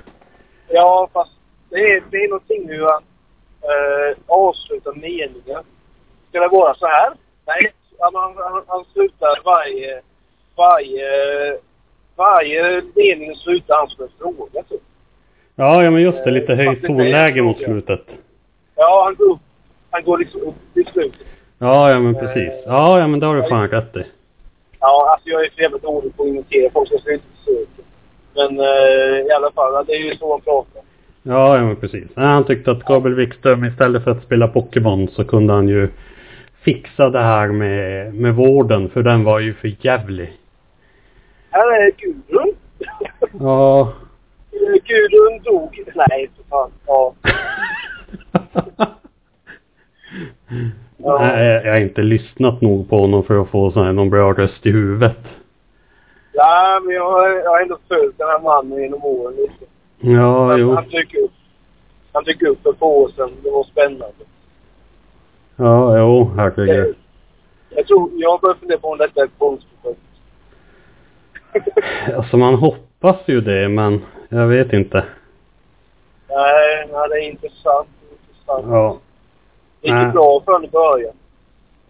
[SPEAKER 2] Ja, fast det är, det är någonting hur han eh, avslutar meningen. Ska det vara så här? Nej, han, han, han, han slutar varje... Varje... Varje mening slutar han som en fråga, typ.
[SPEAKER 3] Ja, ja men just det. Lite
[SPEAKER 2] Eh,
[SPEAKER 3] höjt
[SPEAKER 2] fast det är
[SPEAKER 3] tonläge
[SPEAKER 2] en
[SPEAKER 3] mot
[SPEAKER 2] fråga.
[SPEAKER 3] slutet.
[SPEAKER 2] Ja, han går upp. Han går liksom upp till slutet.
[SPEAKER 3] Ja, ja men precis. Ja, ja men det har du fan rätt i.
[SPEAKER 2] Ja, alltså jag är för jävligt dålig på att imitera folk, så jag ska inte försöka. Men eh, i alla fall, det är ju så han pratar.
[SPEAKER 3] Ja, ja men precis. Nej, han tyckte att Gabriel Wikström istället för att spela Pokémon så kunde han ju fixa det här med, med vården för den var ju för jävlig.
[SPEAKER 2] Här är Gudrun. <laughs>
[SPEAKER 3] Ja.
[SPEAKER 2] Gudrun dog. Nej, för fan. Ja. ja.
[SPEAKER 3] <laughs> Nej, jag jag har inte lyssnat nog på honom för att få sån här, någon bra röst i huvudet.
[SPEAKER 2] Nej, men jag, har- jag har ändå följt den här mannen genom åren lite.
[SPEAKER 3] Ja,
[SPEAKER 2] Han,
[SPEAKER 3] jo.
[SPEAKER 2] han dök upp. Han dök upp för ett par år sedan. Det var spännande.
[SPEAKER 3] Ja, jo, herregud.
[SPEAKER 2] Jag, jag tror, jag börjar fundera på om detta är ett konstprojekt.
[SPEAKER 3] Alltså man hoppas ju det, men jag vet inte.
[SPEAKER 2] Nej, nej, det är intressant. det är intressant.
[SPEAKER 3] Ja.
[SPEAKER 2] Det gick
[SPEAKER 3] Nej.
[SPEAKER 2] ju bra för honom i början.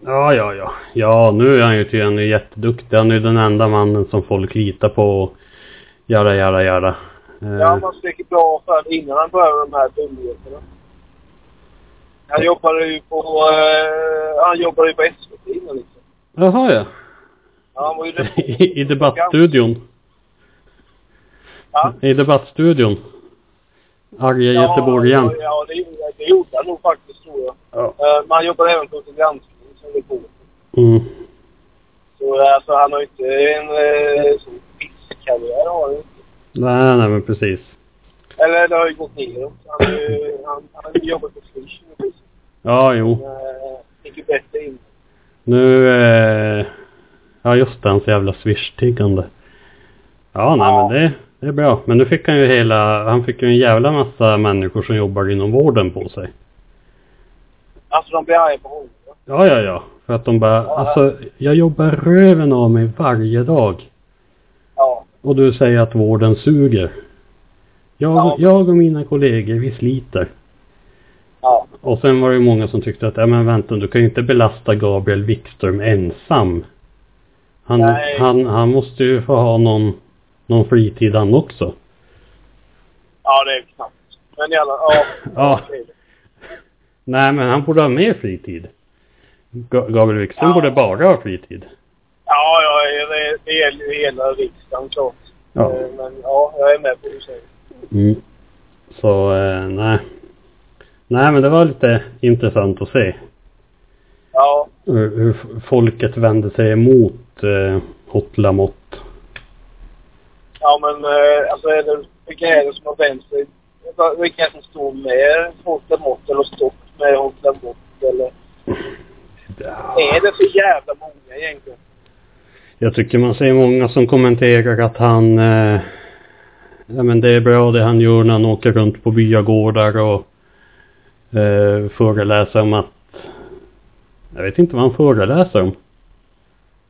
[SPEAKER 3] Ja, ja, ja. Ja, nu är han ju tydligen jätteduktig. Han är ju den enda mannen som folk litar på och göra, göra, göra.
[SPEAKER 2] Ja,
[SPEAKER 3] Eh,
[SPEAKER 2] man fick ett bra för innan han började med de här dumheterna. Han jobbade ju på, eh, han jobbade ju på SVT innan liksom.
[SPEAKER 3] Jaha, ja.
[SPEAKER 2] Ja, han var
[SPEAKER 3] <laughs>
[SPEAKER 2] ju
[SPEAKER 3] I, I debattstudion.
[SPEAKER 2] Ja.
[SPEAKER 3] I debattstudion. Arga
[SPEAKER 2] Ja,
[SPEAKER 3] göteborgaren.
[SPEAKER 2] Ja, det, gjorde- det gjorde han nog faktiskt tror jag.
[SPEAKER 3] Ja.
[SPEAKER 2] Eh, Men han jobbade även på sin granskning som reporter.
[SPEAKER 3] Mm.
[SPEAKER 2] Så alltså, han har ju inte en eh, sån pisskarriär har han ju inte.
[SPEAKER 3] Nej, nej men precis.
[SPEAKER 2] Eller det har ju gått neråt. Han har ju han, han har ju jobbat på Swish nu.
[SPEAKER 3] Ja, jo.
[SPEAKER 2] Eh, Fick ju bättre in.
[SPEAKER 3] Nu... Eh... Ja, just det. Hans jävla swish-tiggande. Ja, nej
[SPEAKER 2] Ja.
[SPEAKER 3] men det, det är bra. Men nu fick han ju hela... Han fick ju en jävla massa människor som jobbar inom vården på sig.
[SPEAKER 2] Alltså de blir arga på honom. va?
[SPEAKER 3] Ja, ja, ja. För att de bara... Alltså, jag jobbar röven av mig varje dag.
[SPEAKER 2] Ja.
[SPEAKER 3] Och du säger att vården suger. Jag,
[SPEAKER 2] Ja.
[SPEAKER 3] jag och mina kollegor, vi sliter.
[SPEAKER 2] Ja.
[SPEAKER 3] Och sen var det ju många som tyckte att, ja men vänta, du kan ju inte belasta Gabriel Wikström ensam. Han,
[SPEAKER 2] Nej.
[SPEAKER 3] han, han måste ju få ha någon, någon fritid han också.
[SPEAKER 2] Ja, det är knappt. Men i alla ja.
[SPEAKER 3] Ja.
[SPEAKER 2] det är det.
[SPEAKER 3] Nej, men han borde ha mer fritid. Ga- Gabriel Wikström
[SPEAKER 2] Ja.
[SPEAKER 3] borde bara ha fritid.
[SPEAKER 2] Ja, ja, det- det gäller ju hela riksdagen klart.
[SPEAKER 3] Ja.
[SPEAKER 2] Eh, Men ja, jag är med på det du säger.
[SPEAKER 3] Mm. Så, eh, nej. Nej, men det var lite intressant att se.
[SPEAKER 2] Ja.
[SPEAKER 3] hur, hur f- folket vände sig emot eh, Hotlamott.
[SPEAKER 2] Ja, men eh, alltså är det, vilka är det som har vänt sig? Vilka är det som står med Hotlamott eller stått med Hotlamott eller? Är det så jävla många egentligen?
[SPEAKER 3] Jag tycker man ser många som kommenterar att han... Eh, ja, men det är bra det han gör när han åker runt på byagårdar och eh, föreläser om att... Jag vet inte vad han föreläser om.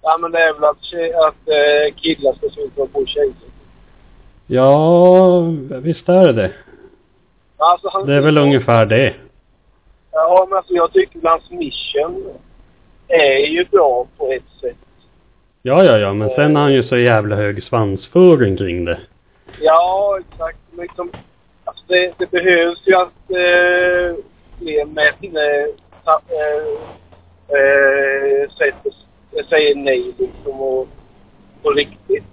[SPEAKER 2] Ja, men det är väl att, tje- att eh, killar ska sluta på tjejer.
[SPEAKER 3] Ja, visst är det det.
[SPEAKER 2] Alltså, han,
[SPEAKER 3] Det är väl ungefär det.
[SPEAKER 2] Ja, men alltså jag tycker väl hans mission är ju bra på ett sätt.
[SPEAKER 3] Ja, ja, ja, men sen har han ju så jävla hög svansföring kring det.
[SPEAKER 2] Ja, exakt. Men Liksom, alltså det, det behövs ju att eh, fler män eh, ta, eh, eh, sätter, säger nej liksom och på riktigt.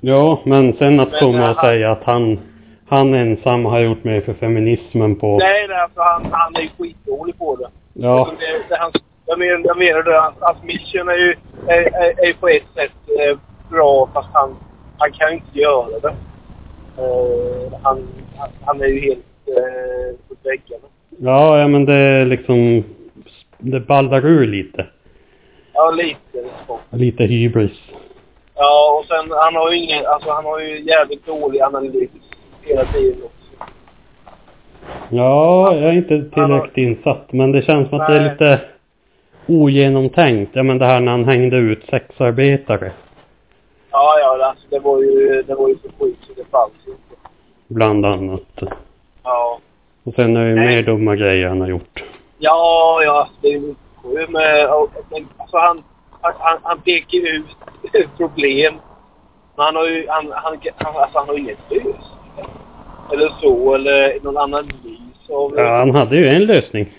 [SPEAKER 3] Ja, men sen att
[SPEAKER 2] Men,
[SPEAKER 3] komma
[SPEAKER 2] eh,
[SPEAKER 3] och
[SPEAKER 2] han-
[SPEAKER 3] säga att han, han ensam har gjort mer för feminismen på...
[SPEAKER 2] Nej, nej, alltså han, han är ju skitdålig på det.
[SPEAKER 3] ja,
[SPEAKER 2] Liksom det, det hans, jag, men, jag menar det, hans, hans mission är ju är, är, är på ett sätt eh, bra fast han, han kan ju inte göra det. Eh, han, han, han är ju helt eh, på väggarna.
[SPEAKER 3] ja, ja, men det är liksom... Det ballar ur lite.
[SPEAKER 2] Ja, lite liksom.
[SPEAKER 3] Lite hybris.
[SPEAKER 2] Ja, och sen han har ju ingen, alltså han har ju jävligt dålig analys hela tiden också.
[SPEAKER 3] Ja, jag är inte tillräckligt insatt, men det känns som att det är
[SPEAKER 2] Nej.
[SPEAKER 3] lite ogenomtänkt. Ja, men det här när han hängde ut sexarbetare.
[SPEAKER 2] Ja, ja, alltså det var ju, det var ju så sjukt så det fanns ju inte.
[SPEAKER 3] Bland annat.
[SPEAKER 2] Ja.
[SPEAKER 3] Och sen är det ju
[SPEAKER 2] Nej.
[SPEAKER 3] mer dumma grejer han har gjort.
[SPEAKER 2] Ja, ja, det är ju sjukt med, och- men alltså han, han- han, han pekar ju ut <laughs> problem. Men han har ju, han, han, han, alltså han har ju inget ljus. Eller så, eller någon analys av...
[SPEAKER 3] Ja, han hade ju en lösning.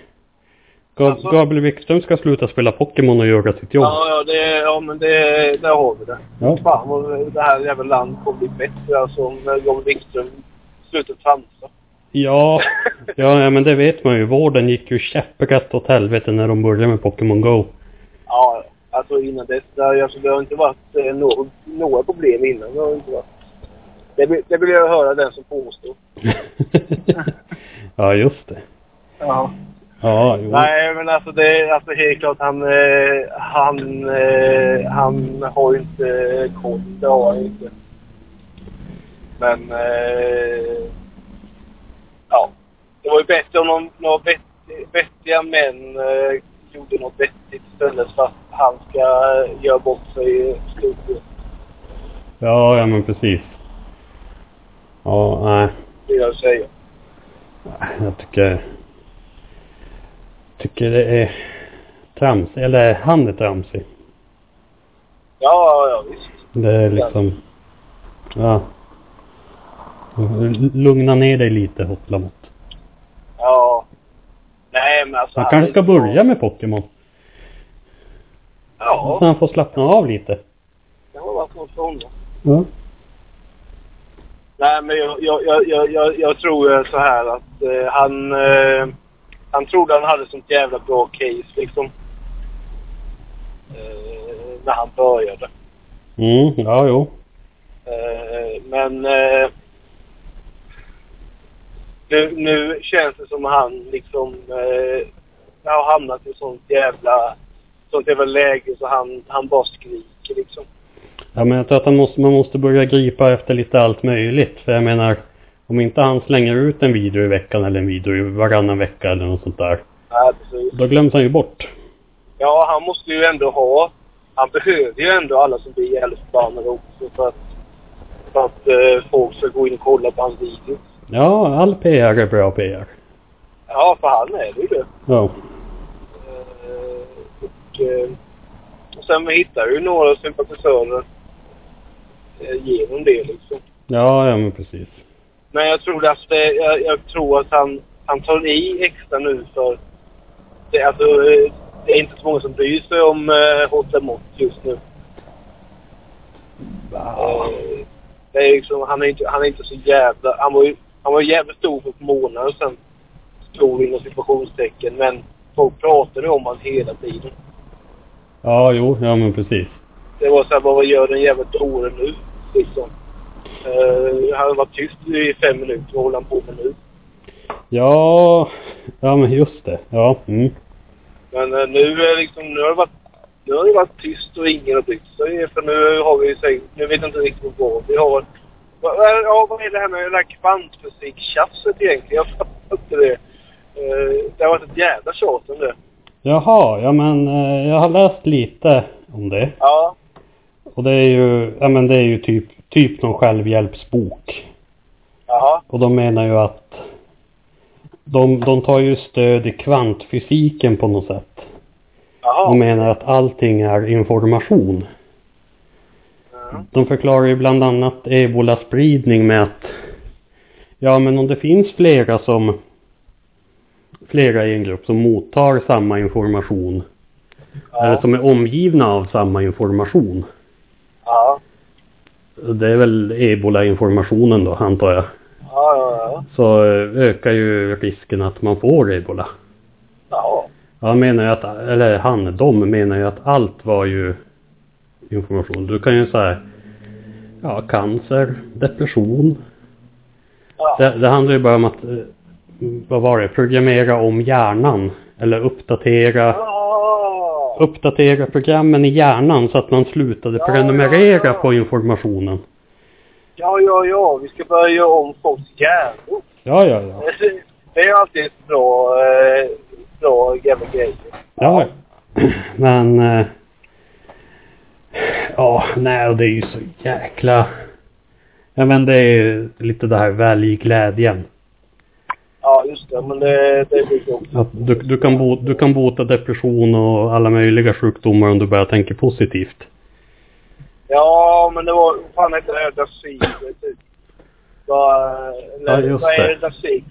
[SPEAKER 3] Gab-
[SPEAKER 2] Alltså-
[SPEAKER 3] Gabriel Wikström ska sluta spela Pokémon och göra sitt jobb.
[SPEAKER 2] ja, ja, det, ja men det, där har vi det.
[SPEAKER 3] Ja.
[SPEAKER 2] Fan vad det här jävla landet kommer bli bättre alltså om John Wikström slutar tramsa. <laughs>
[SPEAKER 3] Ja, ja, ja, men det vet man ju. Vården gick ju käpprätt åt helvete när de började med
[SPEAKER 2] <laughs>
[SPEAKER 3] Pokémon Go.
[SPEAKER 2] Ja, alltså innan dess, där, alltså, det har inte varit eh, något, några problem innan. Det har inte varit. Det, vill- det vill jag höra den som påstår.
[SPEAKER 3] ja, just det.
[SPEAKER 2] Ja.
[SPEAKER 3] Ja, jo.
[SPEAKER 2] Nej, men alltså det är alltså helt klart han, eh, han, eh, han har ju inte koll. Det har han ju inte. Men, eh, ja. Det var ju bättre om någon, några vett- vettiga män eh, gjorde något vettigt istället för att han ska eh, göra bort sig i studion.
[SPEAKER 3] Ja, ja, men precis. Ja, nej.
[SPEAKER 2] Det jag säger.
[SPEAKER 3] Jag tycker... Tycker det är trams. Eller han är tramsig.
[SPEAKER 2] Ja, ja, visst.
[SPEAKER 3] Det är liksom... Ja. Lugna ner dig lite, Hotlamott.
[SPEAKER 2] Ja. Nej, men alltså...
[SPEAKER 3] Han kanske ska
[SPEAKER 2] är så-
[SPEAKER 3] börja med Pokémon.
[SPEAKER 2] Ja,
[SPEAKER 3] Så han får slappna av lite.
[SPEAKER 2] det har varit något för honom.
[SPEAKER 3] Ja.
[SPEAKER 2] Nej, men jag, jag, jag, jag, jag, jag tror eh, så här att eh, han... Eh, han trodde han hade sånt jävla bra case liksom. Eh, när han började.
[SPEAKER 3] Mm, ja jo.
[SPEAKER 2] Eh, men eh, nu, nu känns det som han liksom eh, har hamnat i sånt jävla, sånt jävla läge så han, han bara skriker liksom.
[SPEAKER 3] Ja men jag tror att han måste, man måste börja gripa efter lite allt möjligt. För jag menar, om inte han slänger ut en video i veckan eller en video i varannan vecka eller något sånt där.
[SPEAKER 2] Ja, precis.
[SPEAKER 3] Då glöms han ju bort.
[SPEAKER 2] Ja, han måste ju ändå ha... Han behöver ju ändå alla som blir jävligt förbannade också för att, för att eh, folk ska gå in och kolla på hans videos.
[SPEAKER 3] Ja, all PR är bra PR.
[SPEAKER 2] Ja, för han är det ju det.
[SPEAKER 3] Ja.
[SPEAKER 2] Eh, och, eh, och sen hittar ju några sympatisörer eh, genom det liksom.
[SPEAKER 3] Ja, ja men precis.
[SPEAKER 2] Men jag tror att, det, jag, jag tror att han, han tar i extra nu för... Det, alltså, eh, det är inte så många som bryr sig om eh, Hotemot just nu. Eh, det är liksom, han är inte, han är inte så jävla... Han var ju, han var ju jävligt stor för ett månader sedan. Stor inom situationstecken men folk pratade om honom hela tiden.
[SPEAKER 3] Ja, jo, ja men precis.
[SPEAKER 2] Det var såhär, vad gör den jävla dåren nu? Liksom. Eh, han har varit tyst i fem minuter. Vad håller han på med nu?
[SPEAKER 3] Ja, ja men just det. Ja, mm.
[SPEAKER 2] Men eh, nu är liksom, nu har det varit, nu har det varit tyst och ingen har brytt sig. För nu har vi ju säg- nu vet jag inte riktigt vad vi har. Vad- vad- Ja, vad är det här med det här kvantfysik-tjafset egentligen? Jag fattar inte det. Eh, Det har varit ett jävla tjat om det.
[SPEAKER 3] Jaha, ja men eh, jag har läst lite om det.
[SPEAKER 2] Ja.
[SPEAKER 3] Och det är ju, ja men det är ju typ, typ någon självhjälpsbok.
[SPEAKER 2] Jaha.
[SPEAKER 3] Och de menar ju att de, de tar ju stöd i kvantfysiken på något sätt.
[SPEAKER 2] Jaha.
[SPEAKER 3] Och menar att allting är information.
[SPEAKER 2] Ja.
[SPEAKER 3] De förklarar ju bland annat ebola-spridning med att ja men om det finns flera som flera i en grupp som mottar samma information eller
[SPEAKER 2] Ja.
[SPEAKER 3] som är omgivna av samma information.
[SPEAKER 2] Ja.
[SPEAKER 3] Det är väl ebola-informationen då antar jag.
[SPEAKER 2] Ja, ja, ja.
[SPEAKER 3] Så eh, ökar ju risken att man får ebola.
[SPEAKER 2] Jaha.
[SPEAKER 3] Han menar ju att, eller han, de menar ju att allt var ju information. Du kan ju säga ja, cancer, depression.
[SPEAKER 2] Ja.
[SPEAKER 3] Det, det handlar ju bara om att, eh, vad var det, programmera om hjärnan. Eller uppdatera,
[SPEAKER 2] Ja.
[SPEAKER 3] uppdatera programmen i hjärnan så att man slutade
[SPEAKER 2] Ja,
[SPEAKER 3] prenumerera
[SPEAKER 2] ja, ja.
[SPEAKER 3] på informationen.
[SPEAKER 2] Ja, ja, ja. Vi ska börja göra om folks hjärnor. <laughs>
[SPEAKER 3] Ja, ja, ja.
[SPEAKER 2] Det är alltid ett bra, eh, bra jävla grej.
[SPEAKER 3] Ja. <clears throat> Men... eh, Ja, nej, och det är ju så jäkla... Ja, men det är ju lite det här välj glädjen.
[SPEAKER 2] Ja, just det. Men det, det blir så.
[SPEAKER 3] Att du, du, kan bo, du kan bota depression och alla möjliga sjukdomar om du bara tänker positivt.
[SPEAKER 2] Ja, men det var... vad fan hette det? Dasik. Typ. Vad, eller,
[SPEAKER 3] Ja, just
[SPEAKER 2] vad är
[SPEAKER 3] det.
[SPEAKER 2] det Dasik?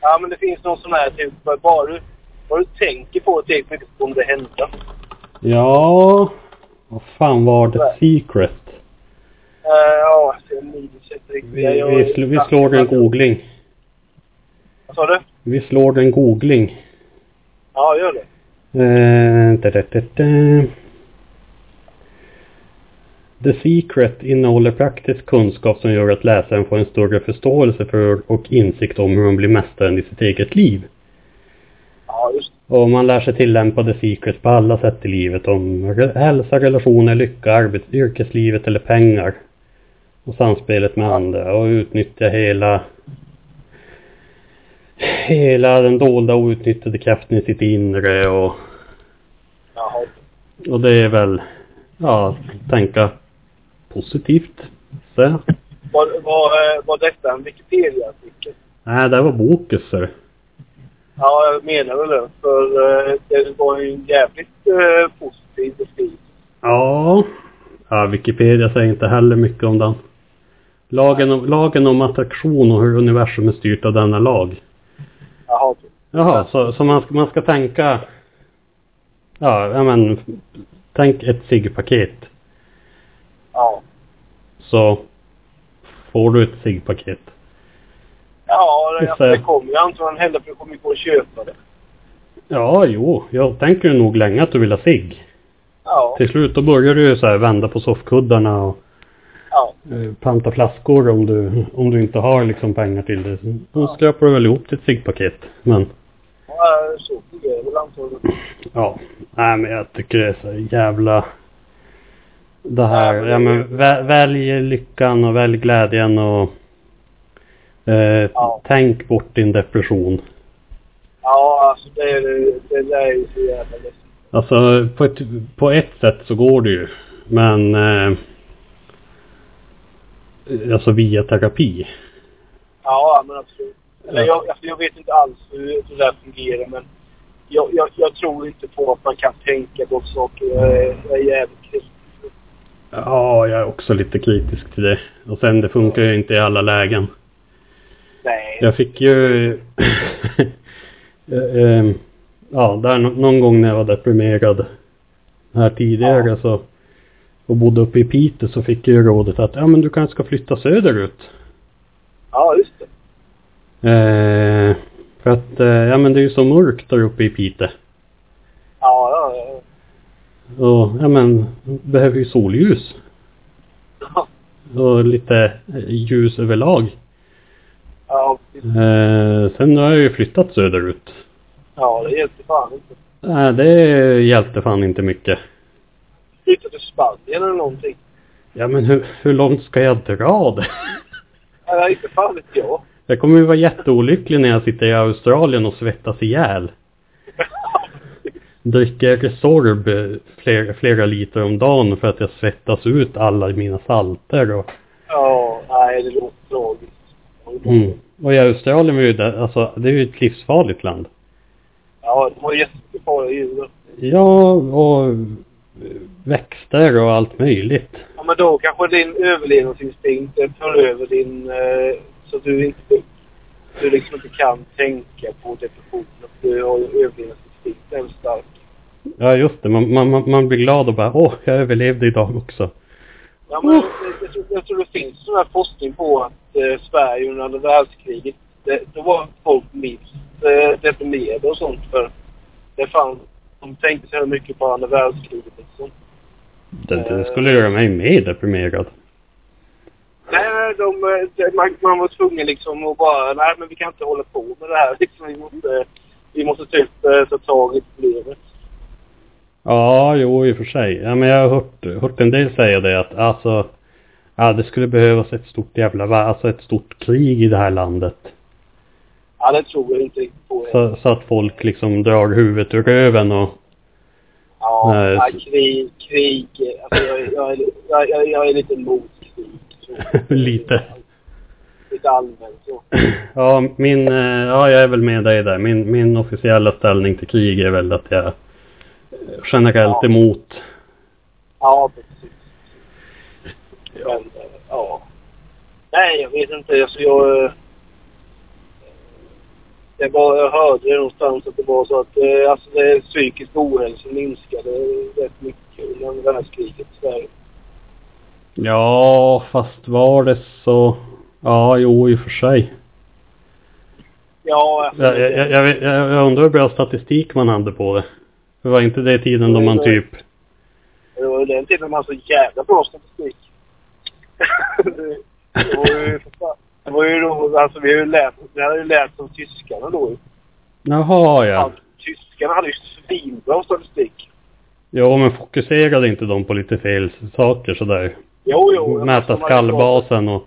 [SPEAKER 2] Ja, men det finns någon sån här typ. Bara du, bara du tänker på det tillräckligt mycket så kommer det hända.
[SPEAKER 3] Ja... Vad fan var det? Secret?
[SPEAKER 2] Eh, Ja, uh, jag minns inte riktigt.
[SPEAKER 3] Vi,
[SPEAKER 2] Jag-
[SPEAKER 3] vi, sl, vi slår en googling.
[SPEAKER 2] Vad sa du?
[SPEAKER 3] Vi slår en googling.
[SPEAKER 2] Ja, gör det.
[SPEAKER 3] Eh, da, da, da, da. The Secret innehåller praktisk kunskap som gör att läsaren får en större förståelse för och insikt om hur man blir mästaren i sitt eget liv.
[SPEAKER 2] Ja, just det.
[SPEAKER 3] Och man lär sig tillämpa The Secret på alla sätt i livet. Om re- hälsa, relationer, lycka, arbets, yrkeslivet eller pengar. Och samspelet med andra. Och utnyttja hela hela den dolda och utnyttjade kraften i sitt inre och
[SPEAKER 2] Jaha.
[SPEAKER 3] och det är väl, ja, tänka positivt. Så.
[SPEAKER 2] Var, var, eh, var detta en Wikipedia-artikel?
[SPEAKER 3] Nej, det var Bokus. ser du.
[SPEAKER 2] Ja, jag menar väl det. För eh, det var ju en jävligt eh, positiv beskrivning.
[SPEAKER 3] Ja. ja, Wikipedia säger inte heller mycket om den. Lagen om, lagen om attraktion och hur universum är styrt av denna lag.
[SPEAKER 2] Jaha. typ.
[SPEAKER 3] Jaha, så, så man, ska, man ska tänka, ja, ja men, tänk ett ciggpaket.
[SPEAKER 2] Ja.
[SPEAKER 3] Så får du ett ciggpaket.
[SPEAKER 2] Ja, det,
[SPEAKER 3] Just
[SPEAKER 2] alltså,
[SPEAKER 3] det.
[SPEAKER 2] det kommer ju antagligen hända för du kommer ju gå och köpa det.
[SPEAKER 3] Ja, jo, jag tänker nog länge att du vill ha cigg.
[SPEAKER 2] Ja.
[SPEAKER 3] Till slut då börjar du ju så här vända på soffkuddarna och
[SPEAKER 2] ja.
[SPEAKER 3] eh, panta flaskor om du, om du inte har liksom pengar till det. Då skrapar du väl ihop ditt ciggpaket. Men
[SPEAKER 2] Ja, Så fungerar det väl antagligen.
[SPEAKER 3] ja, nej men jag tycker det är så jävla det här,
[SPEAKER 2] Ja, men det-
[SPEAKER 3] ja men vä- välj lyckan och välj glädjen och eh,
[SPEAKER 2] Ja.
[SPEAKER 3] tänk bort din depression.
[SPEAKER 2] Ja, alltså det är det där är ju så jävla läskigt.
[SPEAKER 3] Alltså på ett, på ett sätt så går det ju. Men eh, alltså via terapi.
[SPEAKER 2] Ja, men absolut. Eller
[SPEAKER 3] Ja.
[SPEAKER 2] jag, alltså, jag vet inte alls hur det där fungerar, men jag, jag, jag tror inte på att man kan tänka bort saker. Jag är, jag är jävligt kritisk.
[SPEAKER 3] Ja, jag är också lite kritisk till det. Och sen det funkar ju inte i alla lägen.
[SPEAKER 2] Nej.
[SPEAKER 3] Jag fick <laughs> ju... eh, eh, ja, där nå- någon gång när jag var deprimerad här tidigare
[SPEAKER 2] Ja.
[SPEAKER 3] så och bodde uppe i Piteå så fick jag ju rådet att ja men du kanske ska flytta söderut.
[SPEAKER 2] Ja, just det.
[SPEAKER 3] Eh, för att eh, ja men det är ju så mörkt där uppe i Piteå.
[SPEAKER 2] Ja, ja, ja.
[SPEAKER 3] Och ja men behöver ju solljus.
[SPEAKER 2] Ja,
[SPEAKER 3] Och lite eh, ljus överlag.
[SPEAKER 2] ja, precis.
[SPEAKER 3] Eh, sen har jag ju flyttat söderut.
[SPEAKER 2] ja det hjälpte fan inte.
[SPEAKER 3] Nej, det hjälpte fan inte mycket.
[SPEAKER 2] Flytta till Spanien eller någonting.
[SPEAKER 3] Ja, men hur, hur långt ska jag dra det? <laughs>
[SPEAKER 2] Eller inte fan vet jag. <laughs>
[SPEAKER 3] Jag kommer ju vara jätteolycklig när jag sitter i Australien och svettas ihjäl. Dricker Sorb eh, flera, flera liter om dagen för att jag svettas ut alla mina salter och...
[SPEAKER 2] Ja, nej, det låter tragiskt.
[SPEAKER 3] Mm. Och i Australien var ju det, alltså, det är ju ett livsfarligt land.
[SPEAKER 2] Ja, de har jättemycket farliga djur.
[SPEAKER 3] Ja, och eh, växter och allt möjligt.
[SPEAKER 2] Ja, men då kanske din överlevnadsinstinkt eh, tar över din... Eh, så att du inte... Du liksom inte kan tänka på depressionen. Du har ju överlevnadsinstinkten är stark.
[SPEAKER 3] Ja, just det. Man, man, man- man blir glad och bara åh, jag överlevde idag också.
[SPEAKER 2] Ja, men jag, jag, tror, jag tror det finns sån här forskning på att eh, Sverige under andra världskriget, det, då var folk minst eh, deprimerade och sånt för det fanns, de tänkte så här mycket på andra världskriget och sånt.
[SPEAKER 3] Det, det skulle göra mig mer deprimerad.
[SPEAKER 2] Nej, nej, de, eh, det- man, man var tvungen liksom att bara, nej men vi kan inte hålla på med det här <laughs> liksom, vi måste, vi måste typ eh, ta tag i problemet.
[SPEAKER 3] Ja, jo i och för sig. Ja, men jag har hört, hört en del säga det att alltså, ja, det skulle behövas ett stort jävla, va- alltså ett stort krig i det här landet.
[SPEAKER 2] Ja, det tror jag inte riktigt på.
[SPEAKER 3] Så, så att folk liksom drar huvudet ur röven och, <clears throat>
[SPEAKER 2] Ja,
[SPEAKER 3] Nej,
[SPEAKER 2] ja
[SPEAKER 3] så-
[SPEAKER 2] krig, krig, eh, alltså jag, är- jag, är, jag, jag, jag är lite emot krig. så.
[SPEAKER 3] <laughs> Lite.
[SPEAKER 2] Lite allmänt så.
[SPEAKER 3] ja, min, eh, ja, jag är väl med dig där. Min, min officiella ställning till krig är väl att jag eh, generellt
[SPEAKER 2] Ja.
[SPEAKER 3] emot.
[SPEAKER 2] Ja, precis. Men, eh, ja. Nej, jag vet inte. Alltså jag... eh, Jag, bara, jag hörde det någonstans att det var så att eh, alltså det psykisk ohälsa minskade rätt mycket under andra världskriget i Sverige.
[SPEAKER 3] Ja, fast var det så, ja, jo i och för sig.
[SPEAKER 2] Ja, alltså,
[SPEAKER 3] Jag, jag, jag, vet- jag, jag undrar hur bra statistik man hade på det. Det var inte det tiden då man typ...
[SPEAKER 2] det var ju den tiden man hade så jävla bra statistik. <laughs> det, det var ju för fan- det var ju då, alltså vi har ju lärt, vi hade ju lärt oss tyskarna då ju.
[SPEAKER 3] Jaha ja.
[SPEAKER 2] Alltså, tyskarna hade ju svinbra statistik.
[SPEAKER 3] Jo men fokuserade inte de på lite fel saker sådär?
[SPEAKER 2] Jo, jo. jag
[SPEAKER 3] Mäta
[SPEAKER 2] menar, de hade bra-
[SPEAKER 3] skallbasen och...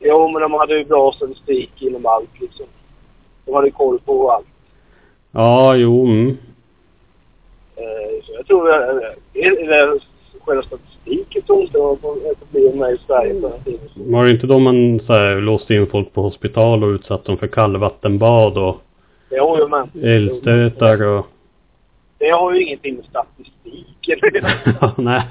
[SPEAKER 2] Jo, men de hade ju bra statistik inom allt liksom. De hade koll på allt.
[SPEAKER 3] Ja, jo. Mm.
[SPEAKER 2] Eh, Så jag tror, eh, eller själva statistiken tror inte det var på- ett problem med i Sverige på den tiden.
[SPEAKER 3] Var det inte då man så här, låste in folk på hospital och utsatte dem för kallvattenbad och
[SPEAKER 2] Jo, jo, men.
[SPEAKER 3] elstötar och...
[SPEAKER 2] Det har ju ingenting med statistiken
[SPEAKER 3] <laughs> Nej.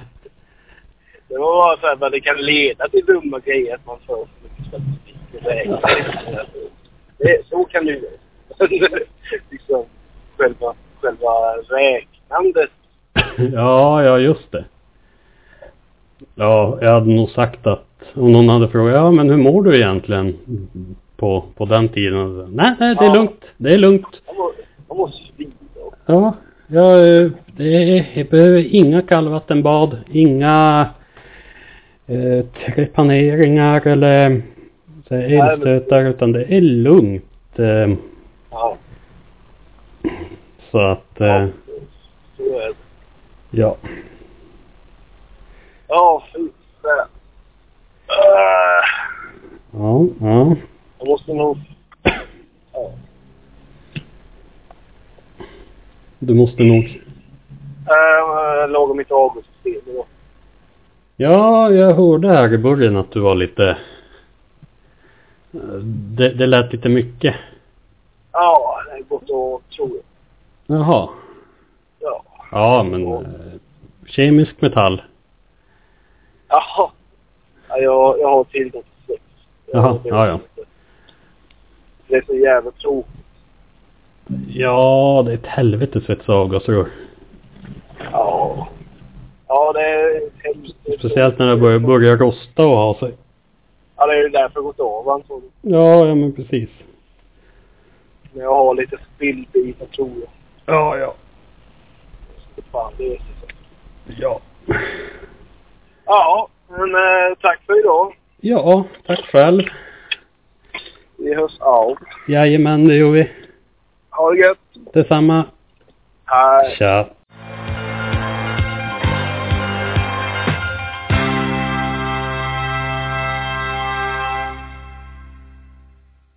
[SPEAKER 2] Det var bara så här, men det kan leda till dumma grejer att man får för mycket statistik. och räknar. Det, så kan det ju vara. <laughs> liksom, själva, själva räknandet.
[SPEAKER 3] Ja, ja just det. Ja, jag hade nog sagt att om någon hade frågat, ja men hur mår du egentligen? På, på den tiden. Nej, nej det är
[SPEAKER 2] Ja.
[SPEAKER 3] lugnt. Det är lugnt.
[SPEAKER 2] Man mår, man mår svinbra.
[SPEAKER 3] Ja, Jag, det, jag behöver inga kallvattenbad, inga eh, trepaneringar eller så här, elstötar utan det är lugnt. Eh,
[SPEAKER 2] Ja.
[SPEAKER 3] så att, eh,
[SPEAKER 2] Ja. Så är det.
[SPEAKER 3] ja.
[SPEAKER 2] Ja, fy fan. Ah,
[SPEAKER 3] Ja, ja.
[SPEAKER 2] Jag måste nog... Ja.
[SPEAKER 3] Du måste nog...
[SPEAKER 2] Äh, lagom mitt augustfeber då.
[SPEAKER 3] Ja, jag hörde här i början att du var lite... Eh, Det, det lät lite mycket.
[SPEAKER 2] Ja, det är gott att tro.
[SPEAKER 3] Jaha.
[SPEAKER 2] Ja.
[SPEAKER 3] Ja, men... eh, Kemisk metall.
[SPEAKER 2] Jaha. Ja, jag, jag har tillgång till sex.
[SPEAKER 3] Jaha, ja, ja.
[SPEAKER 2] Det är så jävla tråkigt.
[SPEAKER 3] Ja, det är ett helvete svets och avgasrör.
[SPEAKER 2] Ja. Ja, det är hemskt.
[SPEAKER 3] Speciellt när det börjar, börjar rosta och ha sig.
[SPEAKER 2] Ja, det är ju därför jag gått av antagligen.
[SPEAKER 3] Ja, ja men precis.
[SPEAKER 2] Men jag har lite spillbitar tror jag.
[SPEAKER 3] Ja, ja.
[SPEAKER 2] Fan, det är så.
[SPEAKER 3] Ja.
[SPEAKER 2] Ja, men eh, tack för idag.
[SPEAKER 3] Ja, tack själv.
[SPEAKER 2] Vi hörs av.
[SPEAKER 3] Jajamän, det gör vi.
[SPEAKER 2] Ha det gött.
[SPEAKER 3] Detsamma.
[SPEAKER 2] Hej.
[SPEAKER 3] Tja.